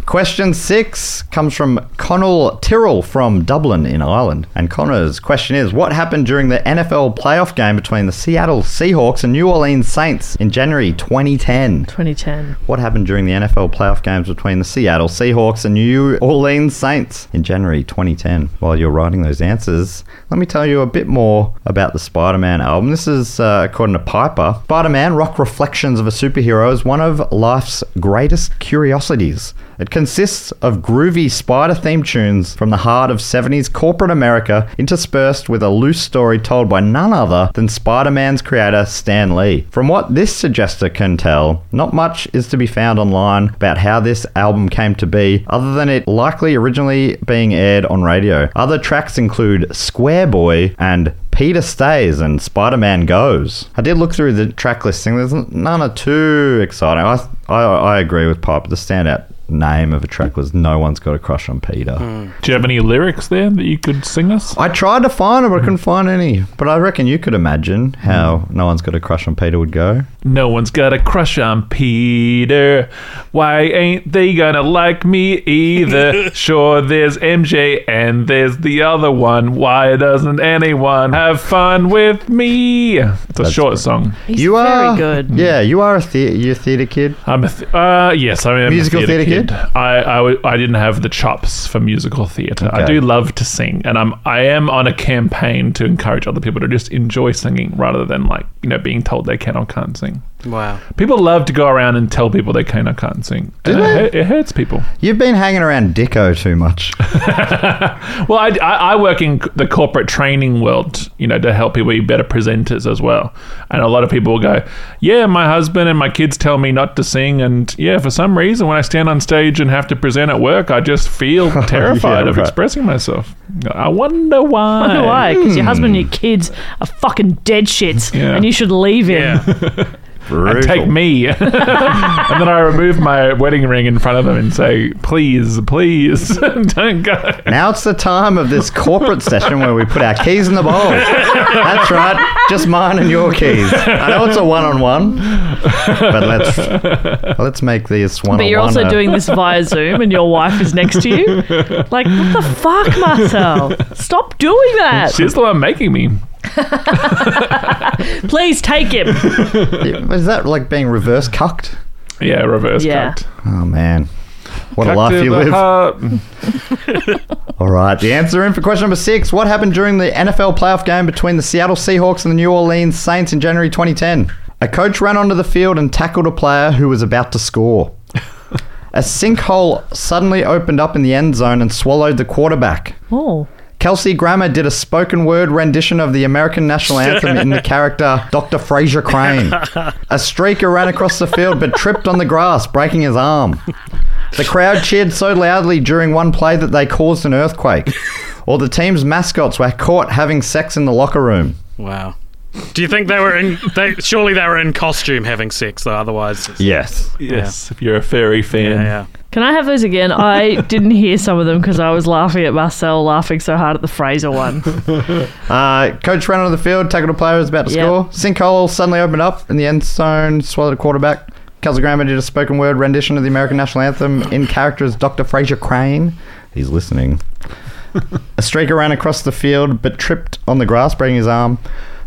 Question six comes from Connell Tyrrell from Dublin in Ireland. And Connor's question is What happened during the NFL playoff game between the Seattle Seahawks and New Orleans Saints in January 2010? 2010. What happened during the NFL playoff games between the Seattle Seahawks and New Orleans Saints in January 2010? While you're writing those answers, let me tell you a bit more about the Spider Man album. This is, uh, according to Piper, Spider Man Rock Reflections of a Superhero is one of life's greatest curiosities. It consists of groovy spider themed tunes from the heart of 70s corporate America, interspersed with a loose story told by none other than Spider Man's creator Stan Lee. From what this suggester can tell, not much is to be found online about how this album came to be, other than it likely originally being aired on radio. Other tracks include Square Boy and Peter stays and Spider Man goes. I did look through the track listing. There's n- none are too exciting. I, I, I agree with Pipe. The standout name of a track was No One's Got a Crush on Peter. Do you have any lyrics there that you could sing us? I tried to find it, but I couldn't find any. But I reckon you could imagine how No One's Got a Crush on Peter would go. No one's got a crush on Peter. Why ain't they gonna like me either? sure, there's MJ and there's the other one. Why doesn't anyone have fun with me? It's a short song. He's you very are good. Yeah, you are a the- you're a theatre kid. I'm a th- uh, yes, I'm a Musical theater, theatre kid. kid? I I, w- I didn't have the chops for musical theatre. I Okay. do love to sing, and I'm I am on a campaign to encourage other people to just enjoy singing rather than like you know being told they can or can't sing. Wow. People love to go around and tell people they can or can't sing. And it, hurt- it hurts people. You've been hanging around Dicko too much. Well, I, I, I work in c- the corporate training world, you know, to help people be better presenters as well. And a lot of people will go, yeah, my husband and my kids tell me not to sing. And yeah, for some reason, when I stand on stage and have to present at work, I just feel terrified of right. expressing myself. I wonder why. I don't know why, because your husband and your kids are fucking dead shits, Yeah. and you should leave him. Yeah. Brutal. Take me. and then I remove my wedding ring in front of them and say, please, please, don't go. Now it's the time of this corporate session where we put our keys in the bowl. That's right, just mine and your keys. I know it's a one-on-one, but let's let's make this one. But you're also doing this via Zoom, and your wife is next to you. Like, what the fuck, Marcel? Stop doing that. She's the one making me. Please take him. Is that like being reverse cucked? Yeah, reverse Yeah. cucked. Oh man, what a Cucked life in you the live. Mm. heart. All right, the answer in for question number six: What happened during the NFL playoff game between the Seattle Seahawks and the New Orleans Saints in January 2010? A coach ran onto the field and tackled a player who was about to score. A sinkhole suddenly opened up in the end zone and swallowed the quarterback. Oh, Kelsey Grammer did a spoken word rendition of the American national anthem in the character Dr. Fraser Crane. A streaker ran across the field but tripped on the grass, breaking his arm. The crowd cheered so loudly during one play that they caused an earthquake. Or the team's mascots were caught having sex in the locker room. Wow. Do you think they were in? They surely they were in costume having sex though. Otherwise, it's- Yes. Yes, if you're a fairy fan. yeah. yeah. can I have those again? I didn't hear some of them because I was laughing at Marcel laughing so hard at the Fraser one. Uh, coach ran onto the field, tackled a player who was about to Yep. score. Sinkhole suddenly opened up in the end zone, swallowed a quarterback. Kelsey Grammer did a spoken word rendition of the American national anthem in character as Dr. Fraser Crane. He's listening. A streaker ran across the field but tripped on the grass, breaking his arm.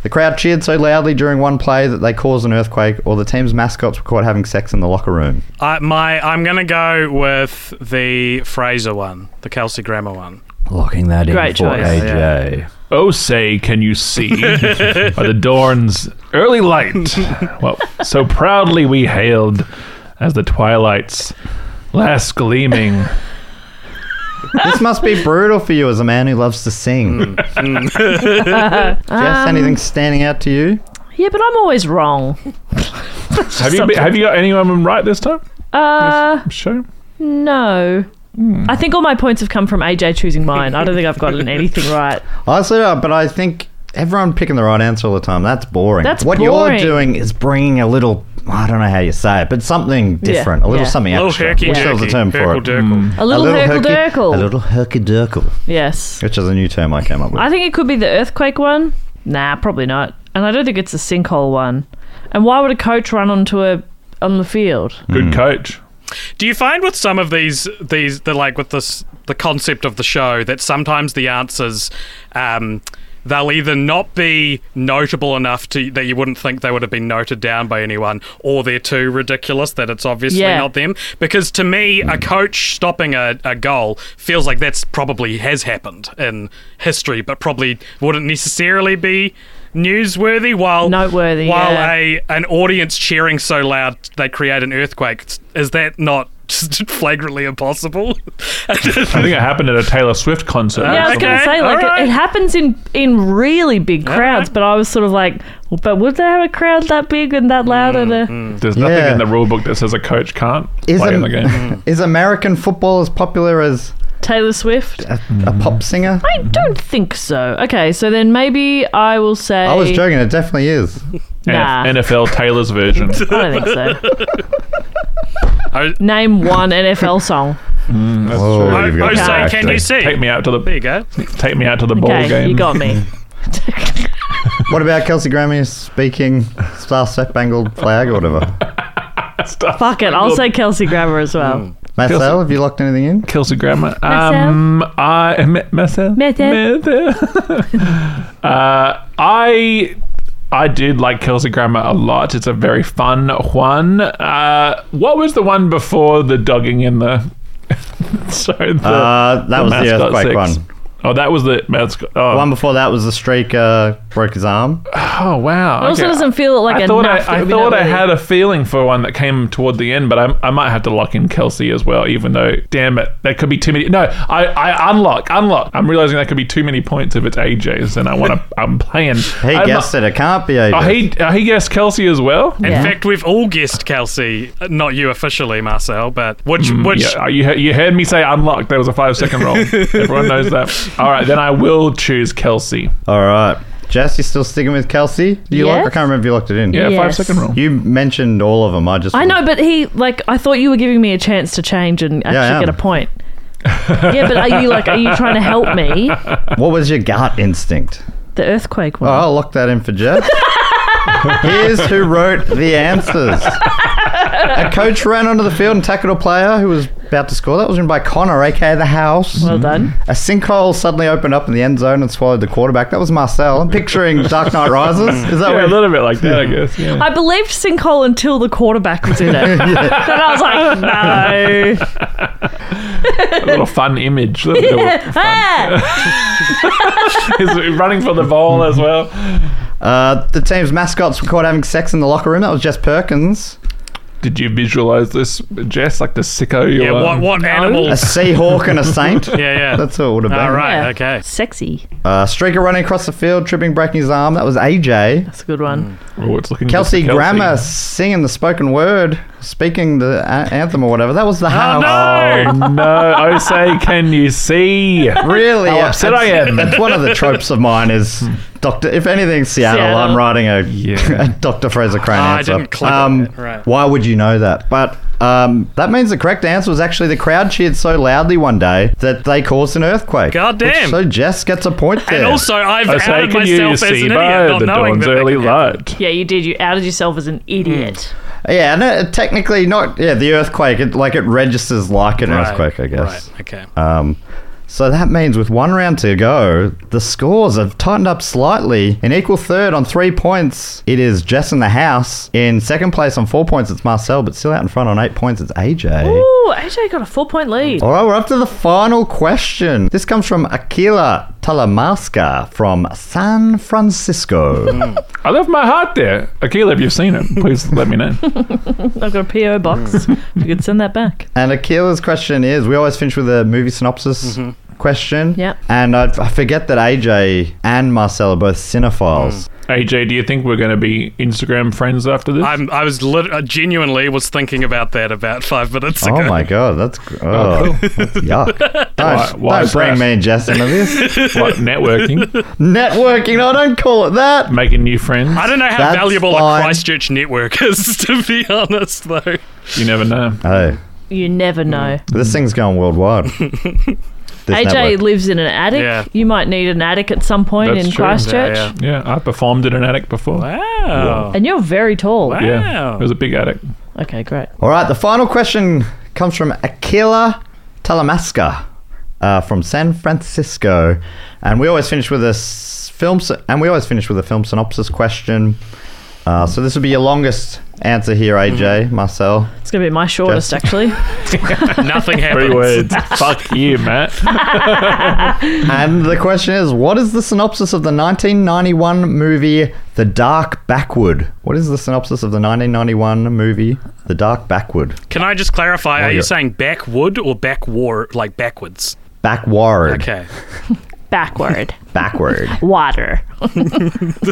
The crowd cheered so loudly during one play that they caused an earthquake, or the team's mascots were caught having sex in the locker room. I, my, I'm going to go with the Fraser one, the Kelsey Grammer one. Locking that in Great for choice. AJ. Oh, say, can you see by the dawn's early light what so proudly we hailed as the twilight's last gleaming? This must be brutal for you as a man who loves to Mm. sing. Hmm. Jess, Um, anything standing out to you? Yeah, but I'm always wrong. Have you been, have you got anyone right this time? Uh, Sure. no. I think all my points have come from AJ choosing mine. I don't think I've gotten anything right. Honestly, no, but I think everyone picking the right answer all the time, that's boring. That's what boring. you're doing is bringing a little, I don't know how you say it, but something different, a little yeah. something A little extra. herky Wish there was jerky. a term for Herkel it. Mm. derkel. A little, herkel herky- derkel. A little herky derkel, Yes. which is a new term I came up with. I think it could be the earthquake one. Nah, probably not. And I don't think it's the sinkhole one. And why would a coach run onto a on the field? Mm. Good coach. Do you find with some of these these the like with this the concept of the show that sometimes the answers um, they'll either not be notable enough to that you wouldn't think they would have been noted down by anyone, or they're too ridiculous that it's obviously Yeah. not them. Because to me, a coach stopping a, a goal feels like that's probably has happened in history, but probably wouldn't necessarily be newsworthy while Noteworthy, while yeah. a a- an audience cheering so loud they create an earthquake. Is that not just flagrantly impossible? I think it happened at a Taylor Swift concert. Yeah, I was Okay, going to say like alright. it, it happens in in really big crowds, but I was sort of like, well, but would they have a crowd that big and that loud at a? Mm, There's nothing Yeah. in the rule book that says a coach can't Is, play Am- in the game. is American football as popular as Taylor Swift? a, a Mm-hmm. pop singer? I don't think so. Okay, so then maybe I will say. I was joking, it definitely is. Nah. NFL Taylor's version. I don't think so. I, Name one NFL song. Oh, I, you've got I me say, acting. can you see? Take me out to There the you go. take me out to the ball Okay, game. you got me. What about Kelsey Grammy speaking Star Spangled Flag or whatever? Fuck it, I'll say Kelsey Grammer as mm. well. Marcel, have you locked anything in? Kelsey Grammer. Um, I me- myself. Myself. uh, I I did like Kelsey Grammer a lot. It's a very fun one. Uh, what was the one before the dogging in the? so the, Uh, that was the mascot earthquake six. one. Oh, that was the mascot. Oh, The one before that was the streaker broke his arm. oh, wow. It also doesn't feel like I a thought I, knack, it I would be thought I noteworthy. had a feeling for one that came toward the end, but I, I might have to lock in Kelsey as well. Even though, damn it, that could be too many. No, I, I unlock, unlock. I'm realizing that could be too many points if it's AJ's, and I want to. I'm playing. He I'm guessed it. It can't be AJ. Not, oh, he oh, he guessed Kelsey as well. In Yeah. fact, we've all guessed Kelsey, uh, not you officially, Marcel, but which which Yeah, oh, you he- you heard me say unlock. There was a five second roll. Everyone knows that. All right, then I will choose Kelsey. All right. Jess, you still sticking with Kelsey? Do you Yes. lock? I can't remember if you locked it in. Yeah, Yes. five second roll. You mentioned all of them. I just. I know, but he like I thought you were giving me a chance to change and actually I am. get a point. yeah, but are you like are you trying to help me? What was your gut instinct? The earthquake Oh, one. I'll lock that in for Jess. Here's who wrote the answers. A coach ran onto the field and tackled a player who was about to score. That was written by Connor, aka the House. Well done. A sinkhole suddenly opened up in the end zone and swallowed the quarterback. That was Marcel. I'm picturing Dark Knight Rises. Is that Yeah, a what? little bit like that, I guess. Yeah. I believed sinkhole until the quarterback was in it. Then I was like, no. A little fun image. Little, little- Ah! he's running for the ball as well. Uh, the team's mascots were caught having sex in the locker room. That was Jess Perkins. Did you visualize this, Jess? Like the sicko you yeah, are? what what animal? A seahawk and a saint. Yeah, yeah. That's what it would have been. All right, Yeah. okay. Sexy. Uh, streaker running across the field, tripping, breaking his arm. That was AJ. That's a good one. Mm. Oh, it's looking Kelsey, good for Grammer singing the spoken word, speaking the a- anthem or whatever. That was the house. Oh, No! Oh, no. Oh, say, can you see? Really? How upset I That's- am. That's one of the tropes of mine is Doctor. If anything, Seattle. Seattle. I'm writing a, Yeah. a Doctor Fraser Crane Oh, I answer. didn't click um, it. Right. Why would you know that? But um, that means the correct answer was actually the crowd cheered so loudly one day that they caused an earthquake. God Which- damn. So Jess gets a point there. And also, I've Oh, say, outed can you myself as an see idiot, by not the knowing dawn's that. early they- light? Yeah, you did. You outed yourself as an idiot. yeah, and uh, it, technically not. Yeah, the earthquake. It, like it registers like an Right, earthquake, I guess. Right, okay. Um, So that means with one round to go, the scores have tightened up slightly. In equal third on three points, it is Jess in the house. In second place on four points, it's Marcel, but still out in front on eight points, it's AJ. Ooh, AJ got a four point lead. All right, we're up to the final question. This comes from Akila Talamasca from San Francisco. I left my heart there. Akila, if you've seen it, please let me know. I've got a PO box. Mm. you could send that back. and Akila's question is we always finish with a movie synopsis. Question. Mm-hmm. Yep. And I, I forget that AJ and Marcel are both Mm. cinephiles. AJ, do you think we're going to be Instagram friends after this? I'm, I was lit- I genuinely was thinking about that about five minutes ago. Oh my god, that's gr- oh, that's yuck! Don't, Why- why don't bring press? me and Jess into this What, networking, networking. I don't call it that. making new friends. I don't know how That's valuable fine. a Christchurch network is, to be honest, though. You never know. Oh, You never know. this thing's going worldwide. This AJ network. lives in an attic. Yeah. You might need an attic at some point That's in true. Christchurch. Yeah, Yeah, I performed in an attic before. Wow. And you're very tall. Yeah, Wow. it was a big attic. Okay, great. All right, the final question comes from Akila Talamasca uh, from San Francisco, and we always finish with a s- film. sy- And we always finish with a film synopsis question. Uh, so this would be your longest answer here, AJ Marcel. It's going to be my shortest, Just- actually. Nothing Three happens. words. Fuck you, Matt. And the question is, what is the synopsis of the 1991 movie The Dark Backward? What is the synopsis of the 1991 movie The Dark Backward? Can I just clarify? are yeah. you saying backwood or backward, like backwards? Backward. Okay. Backward. Backward. Water.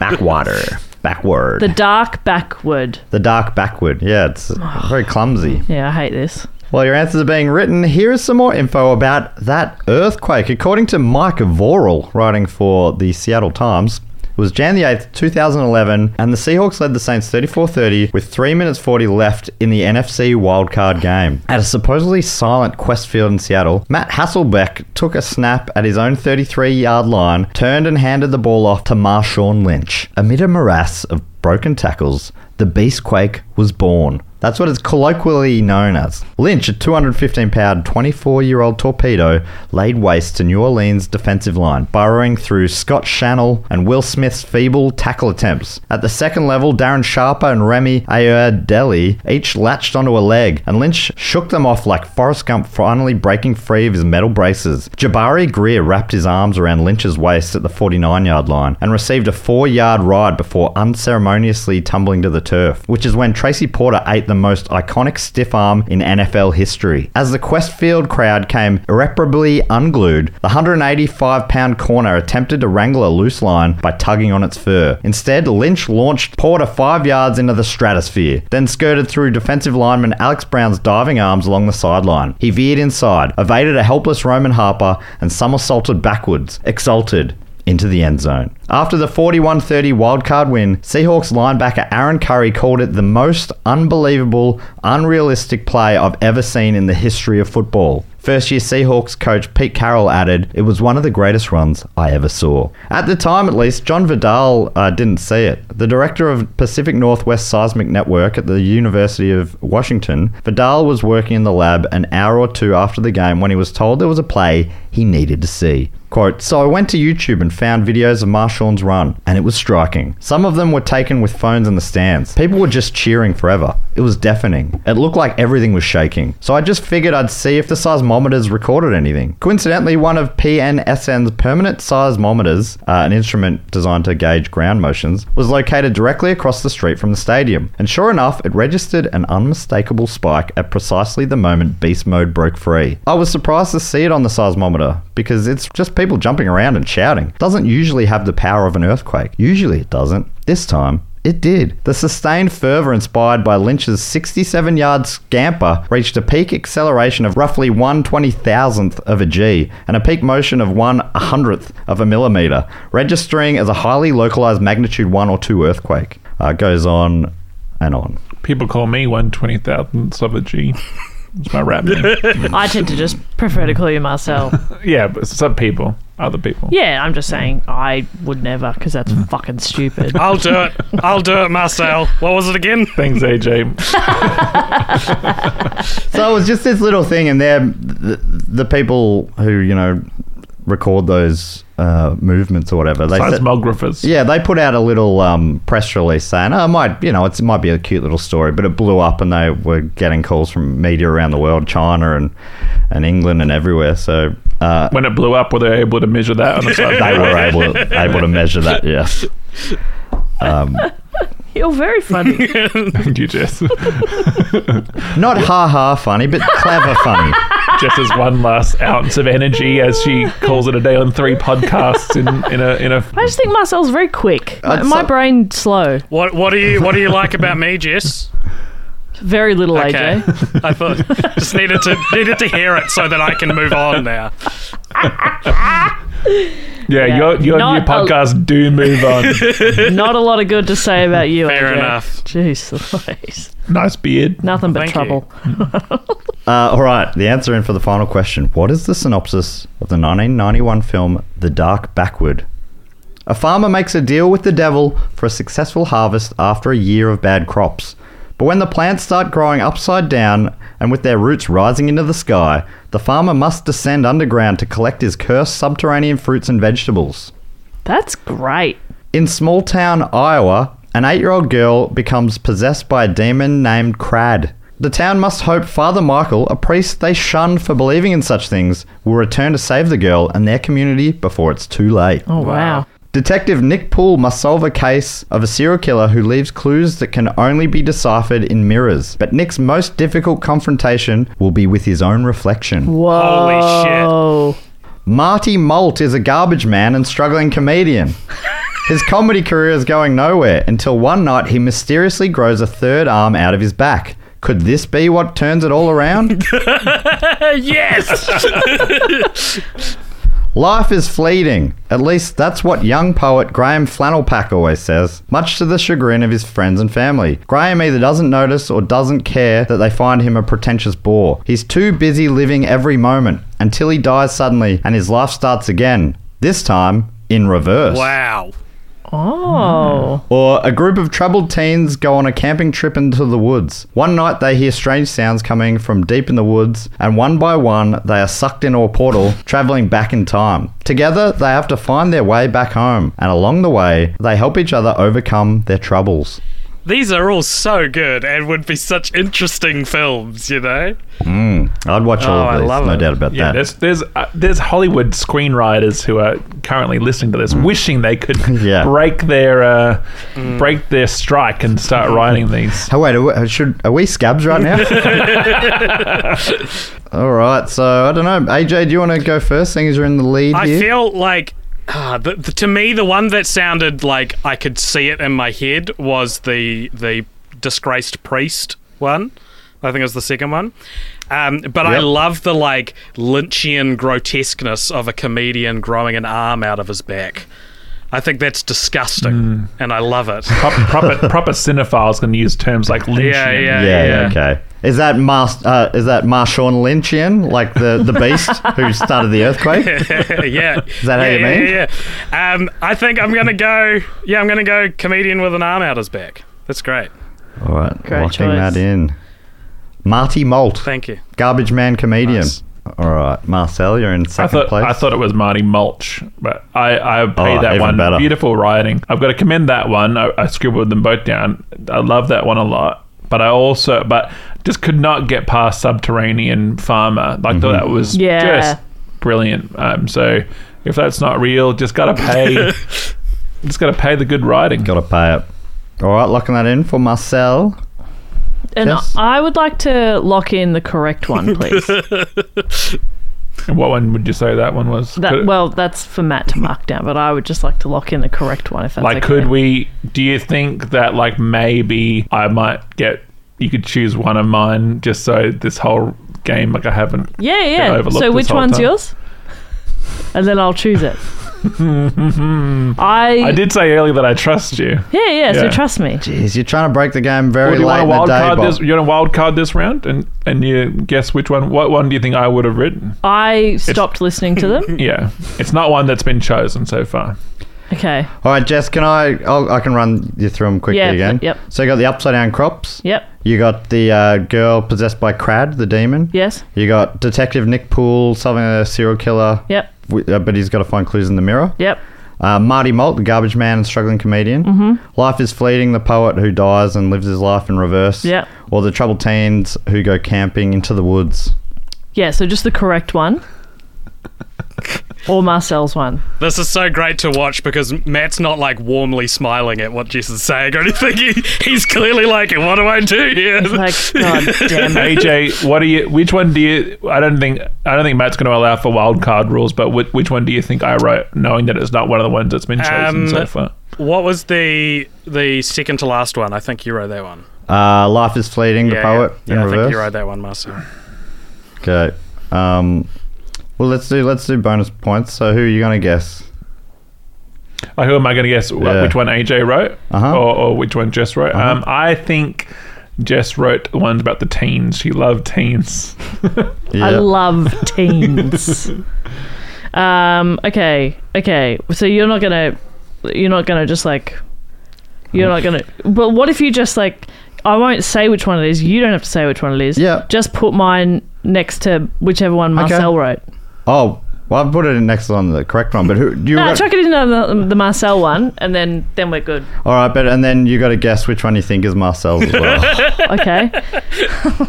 Backwater. Backward. The The, dark backward. Dark Backward. Yeah, it's very clumsy. Yeah, I hate this. While your answers are being written, here is some more info about that earthquake. According to Mike Vorel, writing for the Seattle Times, it was Jan the 8th, 2011, and the Seahawks led the Saints 34 30 with 3 minutes 40 left in the NFC wildcard game. At a supposedly silent Quest Field in Seattle, Matt Hasselbeck took a snap at his own 33 yard line, turned and handed the ball off to Marshawn Lynch. Amid a morass of broken tackles, the Beastquake was born. That's what it's colloquially known as. Lynch, a 215 pound, 24 year old torpedo, laid waste to New Orleans' defensive line, burrowing through Scott Shannell and Will Smith's feeble tackle attempts. At the second level, Darren Sharper and Remy Ayerdeli each latched onto a leg, and Lynch shook them off like Forrest Gump finally breaking free of his metal braces. Jabari Greer wrapped his arms around Lynch's waist at the 49 yard line and received a four yard ride before unceremoniously tumbling to the turf, which is when Tracy Porter ate the most iconic stiff arm in NFL history. As the Questfield crowd came irreparably unglued, the 185 pound corner attempted to wrangle a loose line by tugging on its fur. Instead, Lynch launched Porter five yards into the stratosphere, then skirted through defensive lineman Alex Brown's diving arms along the sideline. He veered inside, evaded a helpless Roman Harper, and somersaulted backwards, exulted into the end zone. After the 41-30 wildcard win, Seahawks linebacker Aaron Curry called it the most unbelievable, unrealistic play I've ever seen in the history of football. First year Seahawks coach Pete Carroll added, It was one of the greatest runs I ever saw. At the time, at least, John Vidal uh, didn't see it. The director of Pacific Northwest Seismic Network at the University of Washington, Vidal was working in the lab an hour or two after the game when he was told there was a play he needed to see. Quote, so I went to YouTube and found videos of Marshawn's run, and it was striking. Some of them were taken with phones in the stands. People were just cheering forever. It was deafening. It looked like everything was shaking. So I just figured I'd see if the seismometers recorded anything. Coincidentally, one of PNSN's permanent seismometers, uh, an instrument designed to gauge ground motions, was located directly across the street from the stadium. And sure enough, it registered an unmistakable spike at precisely the moment beast mode broke free. I was surprised to see it on the seismometer because it's just people jumping around and shouting. Doesn't usually have the power of an earthquake. Usually it doesn't. This time, it did. The sustained fervour inspired by Lynch's 67 yard scamper reached a peak acceleration of roughly 1 20,000th of a G and a peak motion of 1 100th of a millimetre, registering as a highly localised magnitude 1 or 2 earthquake. Uh, it goes on and on. People call me one twenty thousandths of a G. It's my rap name. I tend to just prefer to call you Marcel. yeah, but some people. other people. Yeah, I'm just saying I would never because that's fucking stupid. I'll do it. I'll do it, Marcel. What was it again? Thanks, AJ. So it was just this little thing, and they're the, the people who you know record those uh, movements or whatever. They said- Seismographers. yeah, they put out a little um, press release saying, "Oh, it might you know it's, it might be a cute little story," but it blew up, and they were getting calls from media around the world, China and and England and everywhere. So uh, When it blew up, were they able to measure that on the they seismogram? were able able to measure that. Yes. You're very funny. Thank you, Jess. Not ha ha funny, but clever funny. Jess's one last ounce of energy as she calls it a day on three podcasts in, in a in a I just think Marcel's very quick. My, I'd my so- brain slow. What What do you What do you like about me, Jess? Very little Okay, AJ. I thought just needed to needed to hear it so that I can move on now. yeah, Yeah. your your Not new a- podcast do move on. Not a lot of good to say about you. Fair AJ. enough. Jeez, Louise. nice beard. nothing but Thank trouble. Uh, all right, the answer in for the final question. What is the synopsis of the 1991 film The Dark Backward? A farmer makes a deal with the devil for a successful harvest after a year of bad crops. But when the plants start growing upside down and with their roots rising into the sky, the farmer must descend underground to collect his cursed subterranean fruits and vegetables. That's great. In small town Iowa, an eight year old girl becomes possessed by a demon named Crad. The town must hope Father Michael, a priest they shun for believing in such things, will return to save the girl and their community before it's too late. Oh wow. Detective Nick Poole must solve a case of a serial killer who leaves clues that can only be deciphered in mirrors. But Nick's most difficult confrontation will be with his own reflection. Holy shit! Oh, Marty Malt is a garbage man and struggling comedian. His comedy career is going nowhere until one night he mysteriously grows a third arm out of his back. Could this be what turns it all around? Yes, Life is fleeting. At least that's what young poet Graham Flannelpack always says, much to the chagrin of his friends and family. Graham either doesn't notice or doesn't care that they find him a pretentious bore. He's too busy living every moment until he dies suddenly and his life starts again, this time in reverse. wow. oh, Or a group of troubled teens go on a camping trip into the woods. One night they hear strange sounds coming from deep in the woods, and one by one they are sucked into a portal, traveling back in time. Together they have to find their way back home, and along the way they help each other overcome their troubles. These are all so good and would be such interesting films, you know. I'd watch all Oh, I of these, love no it. doubt about Yeah, that. there's there's uh, there's Hollywood screenwriters who are currently listening to this, wishing they could Yeah. break their uh, Mm. break their strike and start writing these. Oh wait, are we, should are we scabs right now? all right, so I don't know, AJ, do you want to go first, seeing as you're in the lead I here? feel like ah, the, the, to me the one that sounded like I could see it in my head was the the disgraced priest one. I think it was the second one. Um, but I Yep. love the like Lynchian grotesqueness of a comedian growing an arm out of his back. I think that's disgusting, Hmm. and I love it. Proper proper, proper cinephiles can use terms like lynching. Yeah, yeah, yeah, yeah. yeah, okay. Is that Mas- uh, is that Marshawn Lynchian, like the, the beast who started the earthquake? yeah. Is that how yeah, you yeah, mean? Yeah, yeah. Um, I think I'm gonna go. Yeah, I'm gonna go comedian with an arm out his back. That's great. All right, Great locking choice. that in. Marty Malt, Thank you. garbage man comedian. Nice. All right, Marcel, you're in I second thought place. I thought it was Marty Mulch, but I I pay Oh, that even one better. beautiful writing. I've got to commend that one. I, I scribbled them both down. I love that one a lot. But I also but just could not get past Subterranean Farmer. Like Mm-hmm. thought that was Yeah. just brilliant. Um, so if that's not real, just gotta pay. just gotta pay the good writing. Got to pay it. All right, locking that in for Marcel. and Yes. I would like to lock in the correct one, please. And what one would you say that one was? That Could- well, that's for Matt to mark down, but I would just like to lock in the correct one if that's like okay. could we do you think that like maybe i might get you could choose one of mine just so this whole game like i haven't Yeah, yeah. overlooked So this which whole one's time. yours? And then I'll choose it. I, I did say earlier that I trust you. Yeah, yeah, so Yeah. trust me. Jeez, you're trying to break the game Or very do you late want a in the wild day, card Bob. this? You want a wild card this round, and and you guess which one? What one do you think I would have written? I stopped listening to them. Yeah, it's not one that's been chosen so far. Okay. All right, Jess, can I? I'll, I can run you through them quickly Yeah, again. yep. So you got the upside down crops. Yep. You got the uh, girl possessed by Crad, the demon. Yes. You got Detective Nick Poole solving a serial killer. Yep. wi- uh, But he's got to find clues in the mirror. Yep. Uh, Marty Malt, the garbage man and struggling comedian. Mm-hmm. Life is fleeting, the poet who dies and lives his life in reverse. Yep. Or the troubled teens who go camping into the woods. Yeah, so just the correct one. or Marcel's one. This is so great to watch because Matt's not like warmly smiling at what Jess is saying or anything. He, he's clearly like, what do I do here? Like, God damn it. AJ, what do you? Which one do you? I don't think I don't think Matt's going to allow for wild card rules, but which, which one do you think I wrote, knowing that it's not one of the ones that's been chosen Um, so far? What was the the second to last one? I think you wrote that one. Uh, Life is fleeting, the yeah, poet yeah, in yeah I reverse. think you wrote that one, Marcel. Okay. Um, well, let's do let's do bonus points. So who are you gonna guess? Like, who am I going to guess wh- Yeah. which one AJ wrote Uh-huh. or, or which one Jess wrote? Um, I think Jess wrote the ones about the teens. She loved teens. Yeah. I love teens. um, okay, okay. So you're not gonna, you're not gonna just like, you're not gonna. But what if you just like? I won't say which one it is. You don't have to say which one it is. Yeah. Just put mine next to whichever one Marcel wrote. oh, well, I've put it in next on the correct one. But who do you? No, got- chuck it into the, the Marcel one, and then then we're good. All right, but and then you got to guess which one you think is Marcel's as well. Okay.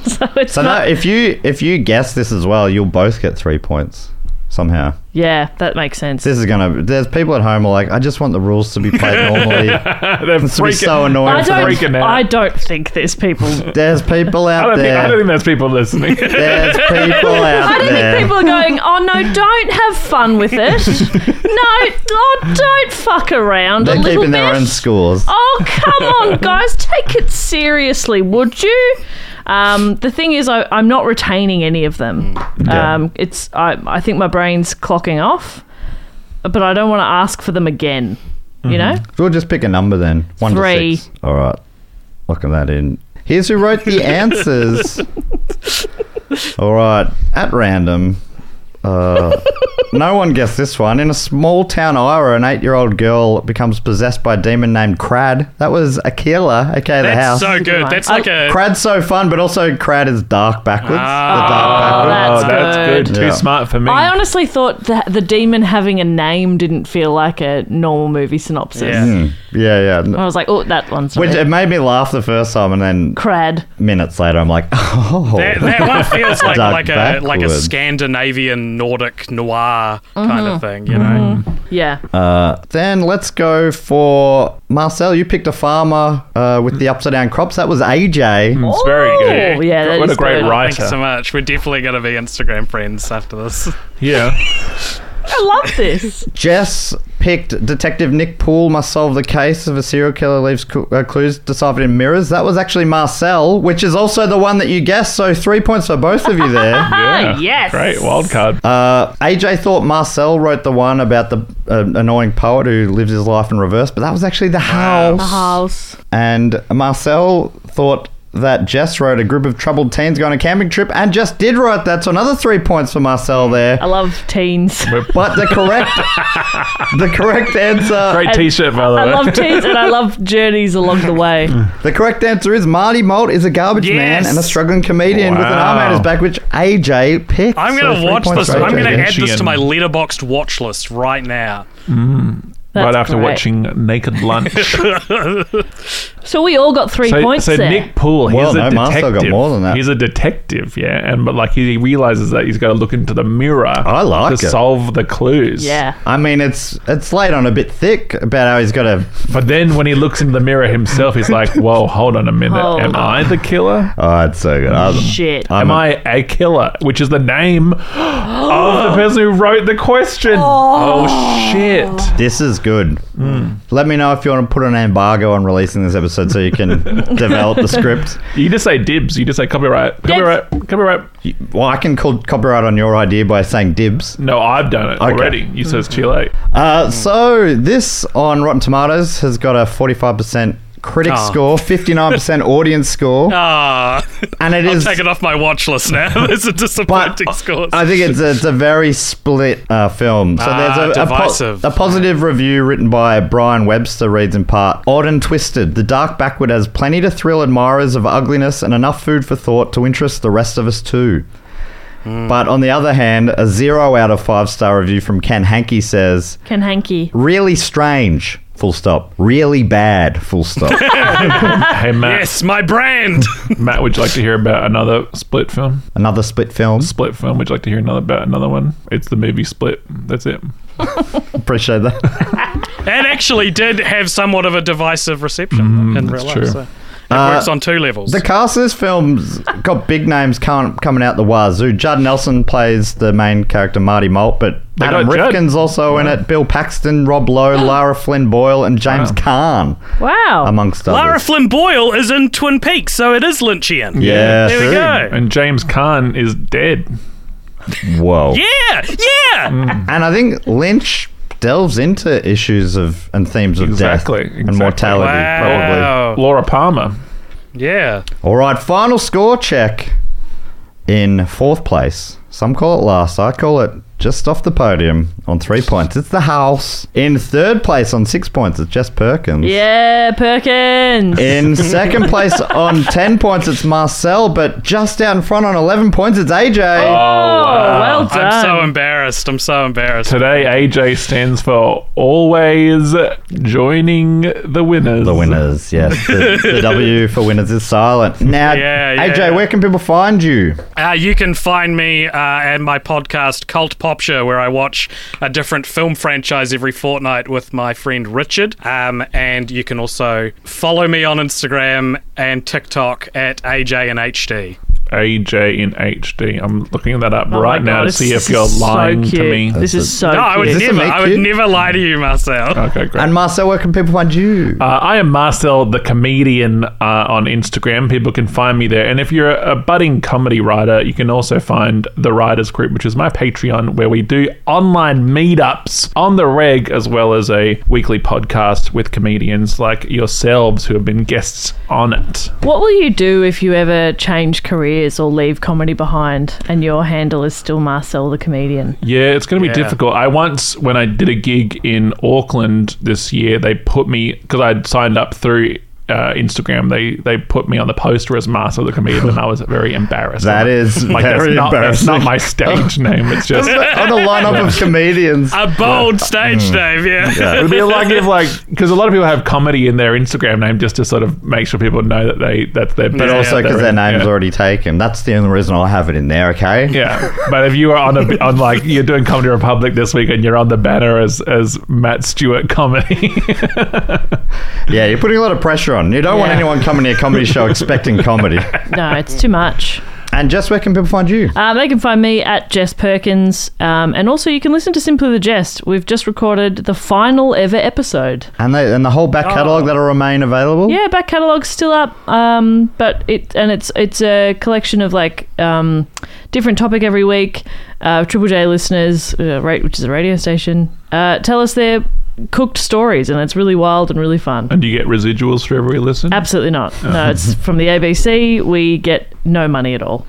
so it's so no, not. if you if you guess this as well, you'll both get three points somehow. yeah, that makes sense. This is gonna. There's people at home who are like, I just want the rules to be played normally. They're This will be freaking- so annoying. I for them. freaking don't. out. I don't think there's people. There's people I out don't, think, I don't there. think there's people listening. There's people I out don't there. think people are going, oh no, don't have fun with it. no, oh, don't fuck around a They're little keeping bit. their own scores. oh, come on, guys, take it seriously, would you? Um, the thing is, I, I'm not retaining any of them. Yeah. Um, it's I, I think my brain's clocking off, but I don't want to ask for them again. Mm-hmm. You know? We'll just pick a number then. One Three. to six. All right. Locking that in. Here's who wrote the answers. All right. At random. Uh, no one guessed this one. In a small town, Ira, an eight year old girl becomes possessed by a demon named Crad. That was Akela, okay, the house. That's so good good. one. That's I- like a. Crad's so fun, but also Crad is dark backwards. the Ah. dark backwards. That's oh, that's good. good. Too Yeah. smart for me. I honestly thought that the demon having a name didn't feel like a normal movie synopsis. Yeah. Mm, yeah, yeah. I N- was like, oh, that one's Which not it it. made me laugh the first time, and then crad. minutes later, I'm like, oh. That, that one feels like Dark like a like a backward. Scandinavian Nordic noir kind of thing, Mm-hmm. you know. Yeah. Uh, then let's go for Marcel. You picked a farmer uh, with the upside down crops. That was AJ. it's very Oh, good. yeah, that what is a great good. writer. Thanks so much. We're definitely going to be Instagram friends after this. Yeah. I love this. Jess picked Detective Nick Poole must solve the case of a serial killer leaves cl- uh, clues deciphered in mirrors. That was actually Marcel, which is also the one that you guessed. So three points for both of you there. Ah, yes. Great wild card. Uh, AJ thought Marcel wrote the one about the uh, annoying poet who lives his life in reverse, but that was actually the house. House. And Marcel thought that Jess wrote a group of troubled teens going on a camping trip, and Jess did write that, so another three points for Marcel there. I love teens. But the correct, the correct answer, great t-shirt, by the I way. love teens and I love journeys along the way. the correct answer is Marty Malt is a garbage man Yes. and a struggling comedian with an arm Wow. out his back, which AJ picked. I'm So going to three watch points this. for I'm AJ. going to add this to Genshin. my letterboxed watch list right now. That's right after great. watching Naked Lunch. So we all got three so, points so there. Nick Poole, he's Well, no, a Marcel got detective. more than that. He's a detective, yeah, and but like he realizes that he's got to look into the mirror. I like to it. solve the clues. yeah. I mean, it's it's laid on a bit thick about how he's got a. But then when he looks in the mirror himself, he's like, "Whoa, hold on a minute. Hold Am on. I the killer? Oh, it's so good. I'm, Shit. I'm Am a- I a killer?" Which is the name of the person who wrote the question. Oh, shit! This is good. Hmm. Let me know if you want to put an embargo on releasing this episode so you can develop the script. You just say dibs. You just say copyright. Copyright. Copyright. You- Well, I can call copyright on your idea by saying dibs. Hmm. No, I've done it already. You says too late. Uh, so this on Rotten Tomatoes has got a 45% critic Oh. score, 59% audience score, Ah, and it I'll is. take it off my watch list now. There's a But uh, disappointing score. I think it's a, it's a very split uh, film. So Ah, there's a, a, divisive. a positive review written by Brian Webster reads in part Odd and twisted, the dark backward has plenty to thrill admirers of ugliness and enough food for thought to interest the rest of us too. Hmm. But on the other hand, a zero out of five star review from Ken Hankey says, Ken Hanky. really strange, full stop. Really bad, full stop. Hey Matt. yes, my brand. Matt, would you like to hear about another split film? Another split film. Split film. Would you like to hear another about another one? It's the movie Split. That's it. Appreciate that. it actually did have somewhat of a divisive reception Mm-hmm, in real true. life. So. It works on two levels. Uh, The cast of this film's got big names com- coming out the wazoo. Judd Nelson plays the main character, Marty Malt, but They Adam got Judd. Rifkin's also in it. Bill Paxton, Rob Lowe, Lara Flynn Boyle, and James Kahn, Wow. amongst others. Lara Flynn Boyle is in Twin Peaks, so it is Lynchian. Yeah, There we go. And James Caan is dead. Whoa. Yeah, yeah. And I think Lynch delves into issues of and themes of Exactly, death and exactly. mortality, probably. Wow. Laura Palmer. Yeah. All right, final score check. In fourth place, some call it last, I call it just off the podium on three points. It's the house. In third place on six points, it's Jess Perkins. yeah, Perkins. In second place on 10 points, it's Marcel, but just out in front on 11 points, it's AJ. oh, well done. I'm so embarrassed. I'm so embarrassed. Today, AJ stands for always joining the winners. The winners, yes. The, the W for winners is silent. Now, Yeah, yeah, AJ, yeah. where can people find you? Uh, you can find me uh, and my podcast, Cult Pop Show, where I watch a different film franchise every fortnight with my friend Richard. Um, and you can also follow me on Instagram and TikTok at AJ and HD. AJ in HD. I'm looking that up Oh my right now God, to this see if is you're so lying to cute. me. This is so No, Oh, I would cute. Is this a Oh. never, I would make-cute? never lie to you, Marcel. Okay, great. And Marcel, where can people find you? Uh, I am Marcel the comedian uh, on Instagram. People can find me there. And if you're a budding comedy writer, you can also find the Writers Group, which is my Patreon, where we do online meetups on the reg, as well as a weekly podcast with comedians like yourselves who have been guests on it. What will you do if you ever change careers or leave comedy behind and your handle is still Marcel the comedian? Yeah, it's going to be Yeah. difficult. I once, when I did a gig in Auckland this year, they put me because I'd signed up through. Uh, Instagram, they they put me on the poster as Master the Comedian, and I was very embarrassed. That I'm is very that's not, that's embarrassing. not my stage name. It's just on a lineup of comedians. A bold mm. stage name, yeah. it would be like if like because a lot of people have comedy in their Instagram name just to sort of make sure people know that they that's their. But business also that because they're their in. name's yeah. already taken. That's the only reason I have it in there, okay? Yeah, but if you are on a on like you're doing Comedy Republic this week and you're on the banner as as Matt Stewart comedy, Yeah, you're putting a lot of pressure on. You don't want Yeah. anyone coming to your comedy show expecting comedy. No, it's too much. And Jess, where can people find you? Um, they can find me at Jess Perkins. Um, and also, you can listen to Simply the Jest. We've just recorded the final ever episode. And they, and the whole back catalogue that'll remain available. Yeah, back catalogue's still up, um, but it and it's it's a collection of like um, different topic every week. Uh, Triple J listeners, uh, rate which is a radio station, uh, tell us their cooked stories, and it's really wild and really fun. and you get residuals for every listen. Absolutely not. No, it's from the ABC. We get no money at all.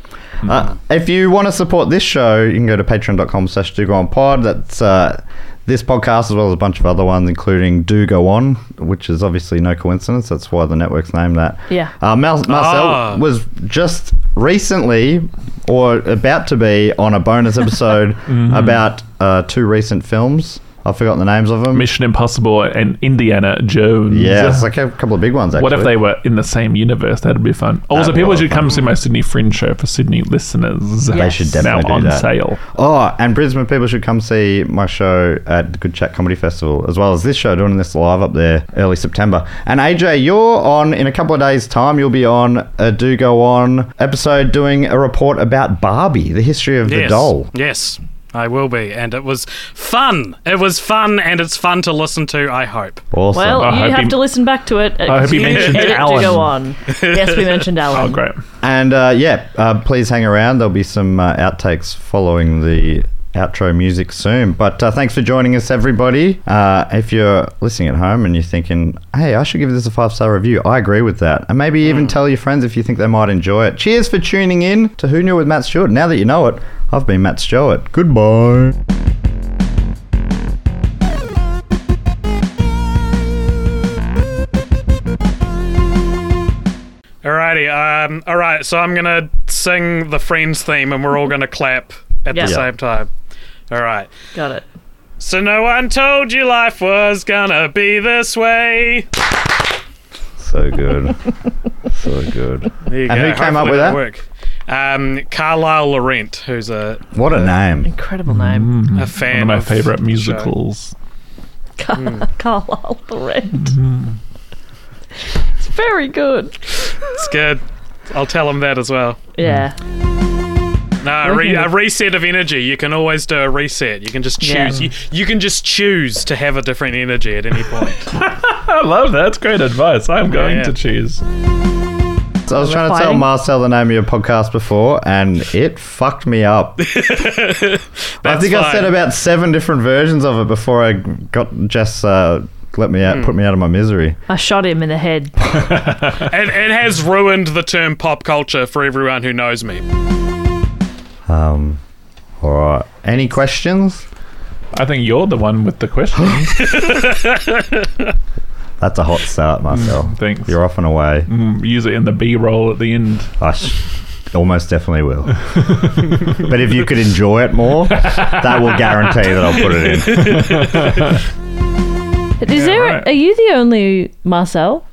Uh, if you want to support this show, you can go to patreon.com slash do go on pod. That's uh, this podcast as well as a bunch of other ones, including Do Go On, which is obviously no coincidence. That's why the network's named that. Yeah. Uh, Mar- Marcel Ah. was just recently or about to be on a bonus episode about uh, two recent films. I've forgotten the names of them. Mission Impossible and Indiana Jones. yeah, it's like a couple of big ones, actually. What if they were in the same universe? That'd be fun. Also, That'd be a people lot should of fun. come see my Sydney Fringe show for Sydney listeners. They should now definitely do on that. sale. Oh, and Brisbane people should come see my show at the Good Chat Comedy Festival, as well as this show, doing this live up there early September. And AJ, you're on in a couple of days' time. You'll be on a Do Go On episode doing a report about Barbie, the history of the Yes. doll. Yes. I will be, and it was fun. It was fun, and it's fun to listen to. I hope. Awesome. Well, I you hope have he- to listen back to it. I hope he You mentions edit Alan. To go on. Yes, we mentioned Alan. Um, Oh, great. And uh, yeah, uh, please hang around. There'll be some uh, outtakes following the outro music soon. But uh, thanks for joining us, everybody. Uh, if you're listening at home and you're thinking, hey, I should give this a five star review, I agree with that. And maybe even tell your friends if you think they might enjoy it. Cheers for tuning in to Who Knew with Matt Stewart. Now that you know it, I've been Matt Stewart. Goodbye. Alrighty. Um. All right. So I'm gonna sing the Friends theme, and we're all gonna clap at Yeah. the same time. All right. Got it. So no one told you life was gonna be this way. So good. so good. There you And go. who came up Hopefully with that? Work. Um, Carlisle Laurent, who's a, What a name. Incredible name. a fan. Mm, One of my of favorite the show. musicals. Carlisle Laurent. Mm. it's very good. It's good. I'll tell him that as well. Yeah. No, a, re- Okay. a reset of energy. You can always do a reset. You can just Yeah. choose. You, you can just choose to have a different energy at any point. I love that. That's great advice. I'm going yeah. to choose. So I was We're trying to tell fighting. Marcel the name of your podcast before, and it fucked me up. I That's think I fine. said about seven different versions of it before I got Jess uh, let me out, put me out of my misery. I shot him in the head. it, it has ruined the term pop culture for everyone who knows me. Um, all right. Any questions? I think you're the one with the question. That's a hot start, Marcel. Thanks. You're off and away. Mm, Use it in the B roll at the end. I sh- almost definitely will. but if you could enjoy it more, that will guarantee that I'll put it in. Is there? right. Are you the only Marcel?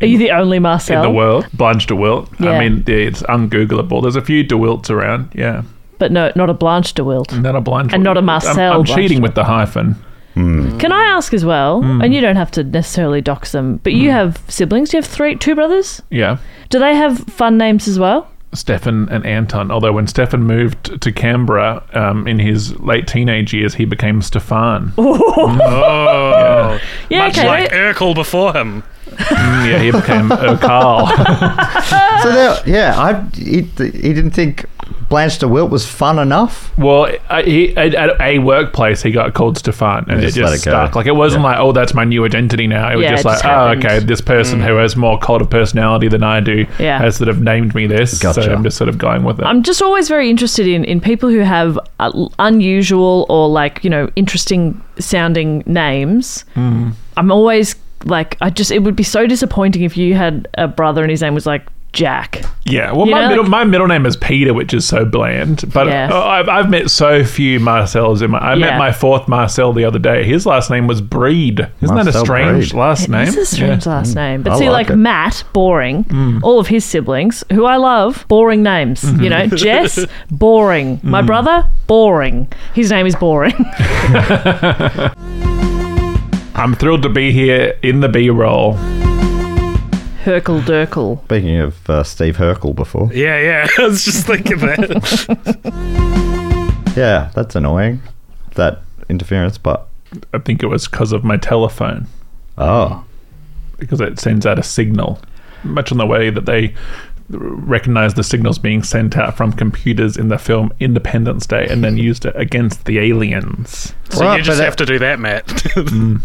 Are you the only In Marcel? the world. Blanche DeWilt. Yeah. I mean, yeah, it's ungoogleable. There's a few DeWilts around. Yeah. But no, not a Blanche de Wilt. Not a Blanche. And not a I'm- Marcel I'm, Blanche cheating with the hyphen. Can I ask as well? Mm. And you don't have to necessarily dox them, but you have siblings. Do you have three, two brothers? Yeah. Do they have fun names as well? Stefan and Anton. Although when Stefan moved to Canberra um, in his late teenage years, he became Stefan. Oh, Yeah, much okay. like Urkel before him. Mm, yeah, he became Urkel. So there, yeah, I he, he didn't think Blanche DeWilt was fun enough. well, I, he, at, at a workplace, he got called Stefan, and just it let just it go. stuck. Like it wasn't like, oh, that's my new identity now. It was Yeah, just it like, just oh, happened. Mm. okay, this person who has more cult of personality than I do Yeah. has sort of named me this. Gotcha. So I'm just sort of going with it. I'm just always very interested in, in people who have uh, unusual or like, you know, interesting sounding names. Hmm. I'm always like, I just, it would be so disappointing if you had a brother and his name was like Jack. Yeah, well, You my, know, middle, like- my middle name is Peter, which is so bland. But Yeah. uh, I've, I've met so few Marcels. In my, I Yeah. met my fourth Marcel the other day. His last name was Breed. Isn't that Marcel a strange Breed. last name? It's a strange last name. But I see, like like it. Hmm. Matt, boring. All of his siblings, who I love, boring names. You know, Jess, boring. My Hmm. brother, boring. His name is boring. Yeah. I'm thrilled to be here in the B roll. Herkel Durkel. Speaking of uh, Steve Herkel before. Yeah, yeah. I was just thinking that. Yeah, that's annoying. That interference, but I think it was because of my telephone, oh, because it sends out a signal, much in the way that they recognized the signals being sent out from computers in the film Independence Day and then used it against the aliens. So Right, you just but, have to do that, Matt.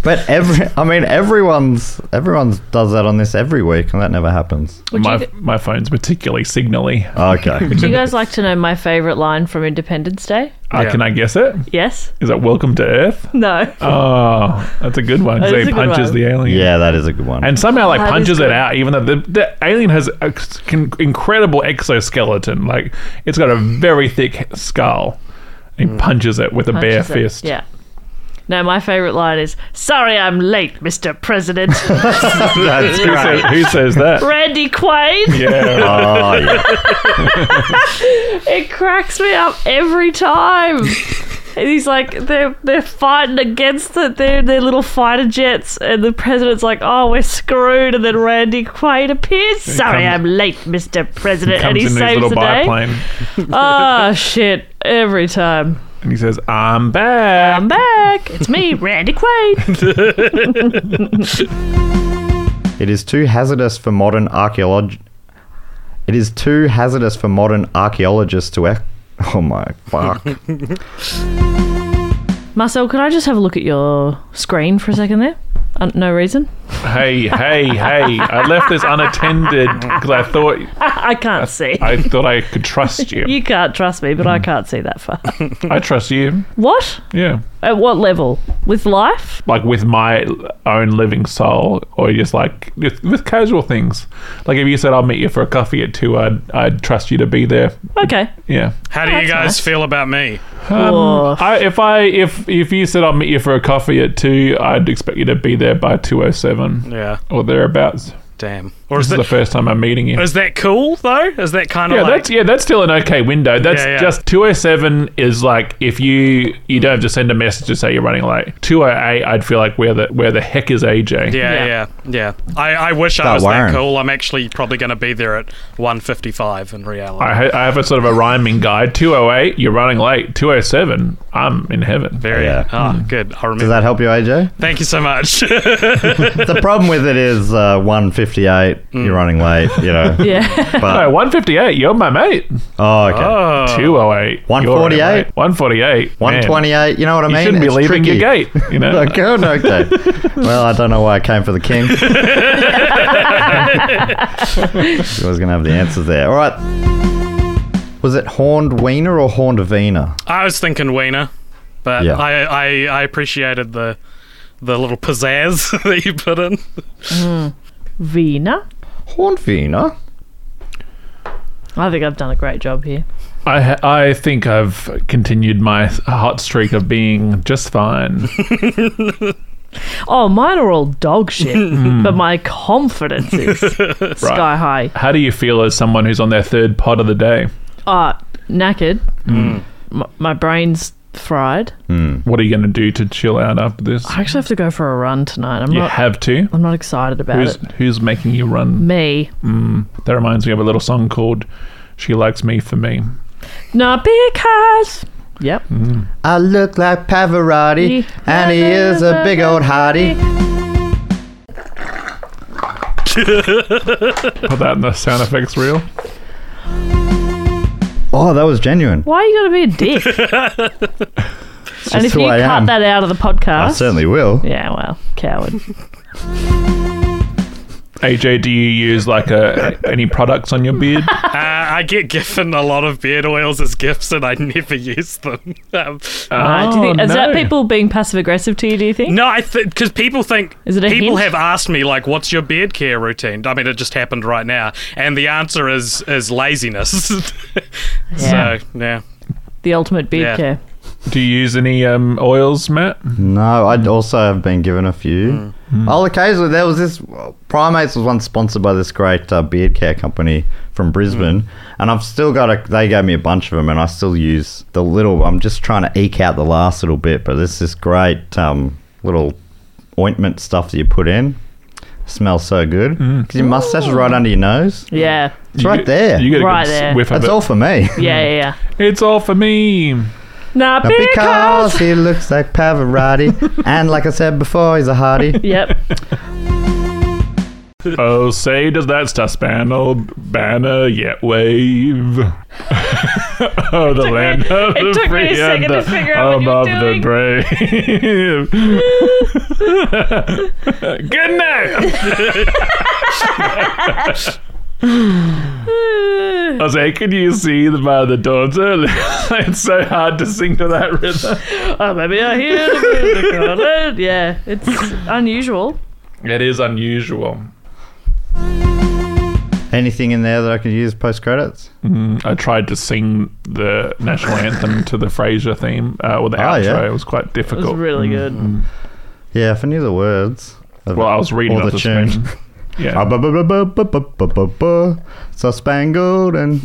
but every I mean everyone's everyone's does that on this every week, and that never happens. Would my, you- my phone's particularly signally. Okay, Do you guys like to know my favorite line from Independence Day? Uh, Yeah. can I guess it? Yes? Is that Welcome to Earth? No. Oh, that's a good one. 'cause That is he a good punches one. the alien. yeah, that is a good one. And somehow, like, That is punches good. it out, even though the, the alien has an incredible exoskeleton. Like, it's got a very thick skull. He Mm. punches it with a bare Punches it. fist. Yeah. No, my favorite line is "Sorry, I'm late, Mr. President." That's Who, great. says, who says that? Randy Quaid. yeah. Oh, yeah. It cracks me up every time. And he's like, they're they're fighting against the, their their little fighter jets, and the president's like, "Oh, we're screwed." And then Randy Quaid appears. Sorry, comes- I'm late, Mr. President, Comes and he in his saves little the day. biplane. Oh shit! Every time. and he says, "I'm back." I'm back. It's me, Randy Quaid. It is too hazardous for modern archaeolog. It is too hazardous for modern archaeologists to. Ec- oh my fuck! Marcel, could I just have a look at your screen for a second there? Uh, no reason. Hey, hey, hey! I left this unattended because I thought I can't see. I thought I could trust you. you can't trust me, but I can't see that far. I trust you. what? Yeah, At what level? With life? like with my own living soul, or just like with, with casual things. Like if you said I'll meet you for a coffee at two, I'd I'd trust you to be there. Okay. Yeah. How do Oh, you that's guys nice. feel about me? Woof. I, if I if if you said I'll meet you for a coffee at two, I'd expect you to be there by two oh seven Yeah, or thereabouts. damn. Or This is is the that first time I'm meeting you. is that cool though? Is that kind of Yeah, like that's yeah, that's still an okay window. That's Yeah, yeah. just two oh seven is like if you you don't have to send a message to say you're running late. Two oh eight, I'd feel like where the where the heck is AJ? Yeah, yeah, yeah. I, I wish I Start was wiring. that cool. I'm actually probably going to be there at 1:55 in reality. Ah, I, ha- I have a sort of a rhyming guide. Two oh eight, you're running late. Two oh seven, I'm in heaven. Very Yeah. ah, good. I remember. Does that help you, AJ? Thank you so much. The problem with it is uh, one fifty-eight. Mm. You're running late. You know. Yeah. Oh, But 158, you're my mate. oh, okay. oh, 208. 148. 148. One twenty-eight. You know what I mean? You shouldn't be It's leaving tricky. your gate. You know, Like, oh, no, okay. well, I don't know why I came for the king. I was going to have the answers there. All right. Was it horned wiener or horned wiener? I was thinking Wiener, but Yeah. I, I I appreciated the the little pizzazz that you put in. Vina? Horned wiener? I think I've done a great job here. I ha- I think I've continued my hot streak of being just fine. Oh, mine are all dog shit, but my confidence is sky high. How do you feel as someone who's on their third pod of the day? Ah, knackered. M- my brain's fried. What are you going to do to chill out after this? I actually have to go for a run tonight. I'm You not. have to. I'm not excited about Who's it. who's making you run? Me. That reminds me of a little song called "She Likes Me for Me." Not because. Yep. I look like Pavarotti, and he is a big old hottie. Put that in the sound effects reel. Oh, that was genuine. Why you gotta be a dick? and if who you I cut am. that out of the podcast, I certainly will. Yeah, well, coward. AJ, do you use like a, any products on your beard? Uh, I get given a lot of beard oils as gifts, and I never use them. Um, Right, do you think- Oh, is that no. people being passive aggressive to you? Do you think? no, I because people think Is it a people hint? have asked me like, "What's your beard care routine?" I mean, it just happened right now, and the answer is is laziness. Yeah. So yeah. The ultimate beard Yeah. care. Do you use any um, oils, Matt? No, I also have been given a few. Mm. Oh, occasionally there was this. Primates was once sponsored by this great uh, beard care company from Brisbane, and I've still got a. They gave me a bunch of them, and I still use the little. I'm just trying to eke out the last little bit, but this is great um, little ointment stuff that you put in. Smells so good because your mustache is right under your nose. Yeah. It's right there. Mm. You get a Right good there. whiff of That's it. all for me. Yeah, yeah, yeah. It's all for me. Nah, Now, because he looks like Pavarotti, and like I said before, he's a hottie. Yep. Oh, say does that star spangled banner yet wave? oh, the land of it the took me a free second and to the figure out what you were above the doing. brave. Good night. Oh, I was like, could you see the by the dawn's early? it's so hard to sing to that rhythm. oh, maybe I hear the music on it. Yeah, it's unusual. It is unusual. Anything in there that I could use post credits? I tried to sing the national anthem to the Frasier theme uh, or the Ah, outro. yeah. It was quite It was difficult. really good. Yeah, if I knew the words. of well, it, I was reading or off the the, tune. screen. Ah, Yeah, bu- bu- bu- bu- bu- bu- bu- bu- bu- So spangled and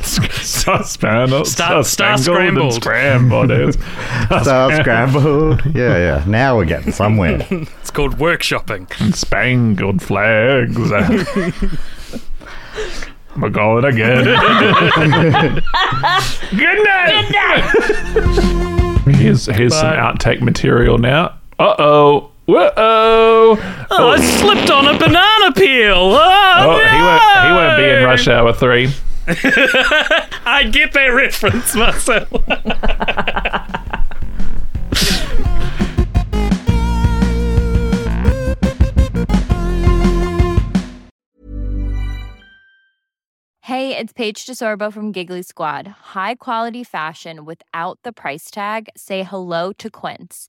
star spangled, Star- star spangled and scrambled. It was- so scrambled. Yeah, yeah. Now we're getting somewhere. It's called workshopping. spangled flags. We're going again. Good night. Here's here's some Bye. outtake material now. Uh oh. Whoa. Oh, Oh, I slipped on a banana peel. Oh, Ah, oh, no! he won't he won't be in Rush Hour three. I get that reference myself. Hey, it's Paige DeSorbo from Giggly Squad. High quality fashion without the price tag. Say hello to Quince.